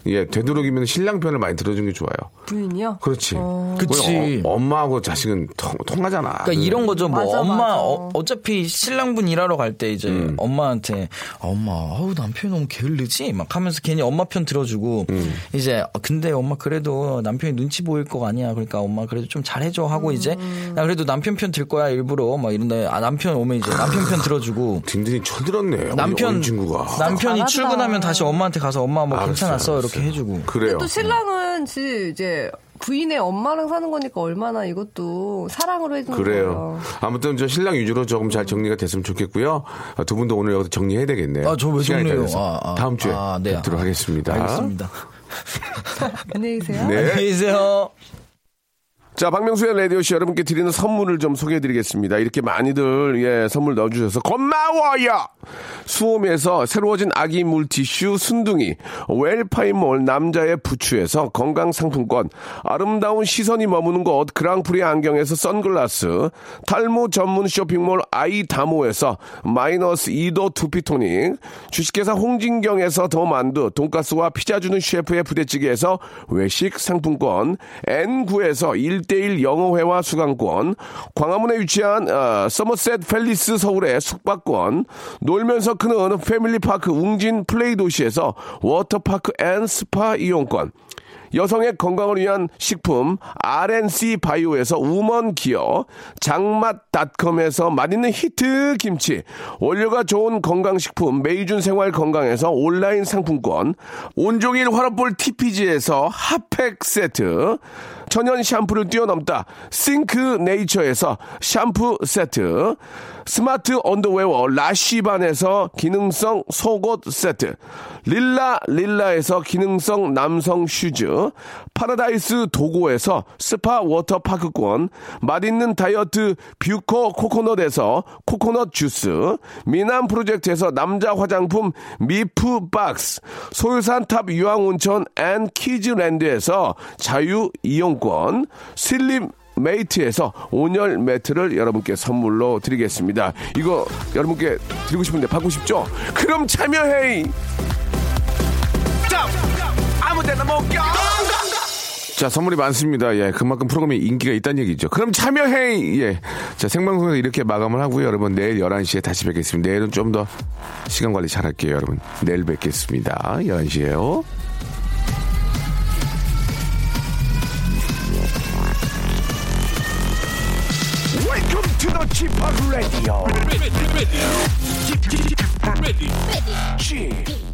[SPEAKER 8] 예, 되도록이면 신랑 편을 많이 들어준 게 좋아요.
[SPEAKER 7] 부인이요?
[SPEAKER 8] 그렇지.
[SPEAKER 6] 그치.
[SPEAKER 8] 어- 엄마하고 자식은 통, 통하잖아.
[SPEAKER 6] 그러니까 이런 거죠. 뭐
[SPEAKER 7] 맞아,
[SPEAKER 6] 엄마
[SPEAKER 7] 맞아.
[SPEAKER 6] 어, 어차피 신랑분 일하러 갈 때 이제
[SPEAKER 8] 음.
[SPEAKER 6] 엄마한테 아, 엄마 아우 남편이 너무 게을르지 막 하면서 괜히 엄마 편 들어주고
[SPEAKER 8] 음.
[SPEAKER 6] 이제 어, 근데 엄마 그래도 남편이 눈치 보일 거 아니야. 그러니까 엄마 그래도 좀 잘해줘
[SPEAKER 7] 음.
[SPEAKER 6] 하고 이제 나 그래도 남편 편 들 거야 일부러 막 이런데 아 남편 오면 이제 남편 편 들어주고
[SPEAKER 8] 딘딘이 철들었네. 남편
[SPEAKER 6] 남편
[SPEAKER 8] 아, 어린 친구가.
[SPEAKER 6] 남편이
[SPEAKER 7] 잘한다.
[SPEAKER 6] 출근하면 다시 엄마한테 가서 엄마 뭐
[SPEAKER 8] 알았어요,
[SPEAKER 6] 괜찮았어 이렇게
[SPEAKER 8] 알았어요.
[SPEAKER 6] 해주고
[SPEAKER 8] 그래요.
[SPEAKER 7] 또 신랑은 지- 이제 부인의 엄마랑 사는 거니까 얼마나 이것도 사랑으로 해주는
[SPEAKER 8] 그래요.
[SPEAKER 7] 거예요.
[SPEAKER 8] 아무튼 저 신랑 위주로 조금 잘 정리가 됐으면 좋겠고요. 아, 두 분도 오늘 여기서 정리해야 되겠네요.
[SPEAKER 6] 아, 저왜
[SPEAKER 8] 시간이 다
[SPEAKER 6] 정리해요?
[SPEAKER 8] 돼서.
[SPEAKER 6] 아, 아.
[SPEAKER 8] 다음 주에
[SPEAKER 6] 아, 네.
[SPEAKER 8] 뵙도록 하겠습니다.
[SPEAKER 6] 알겠습니다.
[SPEAKER 7] 안녕히 계세요.
[SPEAKER 8] 네.
[SPEAKER 6] 안녕히 계세요.
[SPEAKER 1] 자, 박명수의 라디오씨 여러분께 드리는 선물을 좀 소개해 드리겠습니다. 이렇게 많이들, 예, 선물 넣어주셔서 고마워요! 수홈에서 새로워진 아기 물티슈 순둥이, 웰파인몰 남자의 부추에서 건강상품권, 아름다운 시선이 머무는 곳 그랑프리 안경에서 선글라스, 탈모 전문 쇼핑몰 아이다모에서 마이너스 2도 두피토닉, 주식회사 홍진경에서 더 만두, 돈가스와 피자 주는 셰프의 부대찌개에서 외식 상품권, N9에서 1대1 영어회화 수강권, 광화문에 위치한 어, 서머셋 팰리스 서울의 숙박권, 놀면서 크는 패밀리파크 웅진 플레이 도시에서 워터파크 앤 스파 이용권, 여성의 건강을 위한 식품 RNC 바이오에서 우먼 기어, 장맛닷컴에서 맛있는 히트 김치, 원료가 좋은 건강식품 메이준 생활 건강에서 온라인 상품권, 온종일 화롯볼 TPG에서 핫팩 세트, 천연 샴푸를 뛰어넘다 싱크 네이처에서 샴푸 세트, 스마트 언더웨어 라쉬반에서 기능성 속옷 세트, 릴라 릴라에서 기능성 남성 슈즈, 파라다이스 도고에서 스파 워터파크권, 맛있는 다이어트 뷰코 코코넛에서 코코넛 주스, 미남 프로젝트에서 남자 화장품 미프 박스, 소유산탑 유황온천 앤 키즈랜드에서 자유 이용권, 슬림 메이트에서 온열 매트를 여러분께 선물로 드리겠습니다. 이거 여러분께 드리고 싶은데 받고 싶죠? 그럼 참여해!
[SPEAKER 8] 자, 선물이 많습니다. 예. 그만큼 프로그램이 인기가 있다는 얘기죠. 그럼 참여해! 예. 자, 생방송에서 이렇게 마감을 하고요. 여러분, 내일 11시에 다시 뵙겠습니다. 내일은 좀 더 시간 관리 잘 할게요, 여러분. 내일 뵙겠습니다. 11시에요.
[SPEAKER 1] Welcome to the Chip Radio. Chip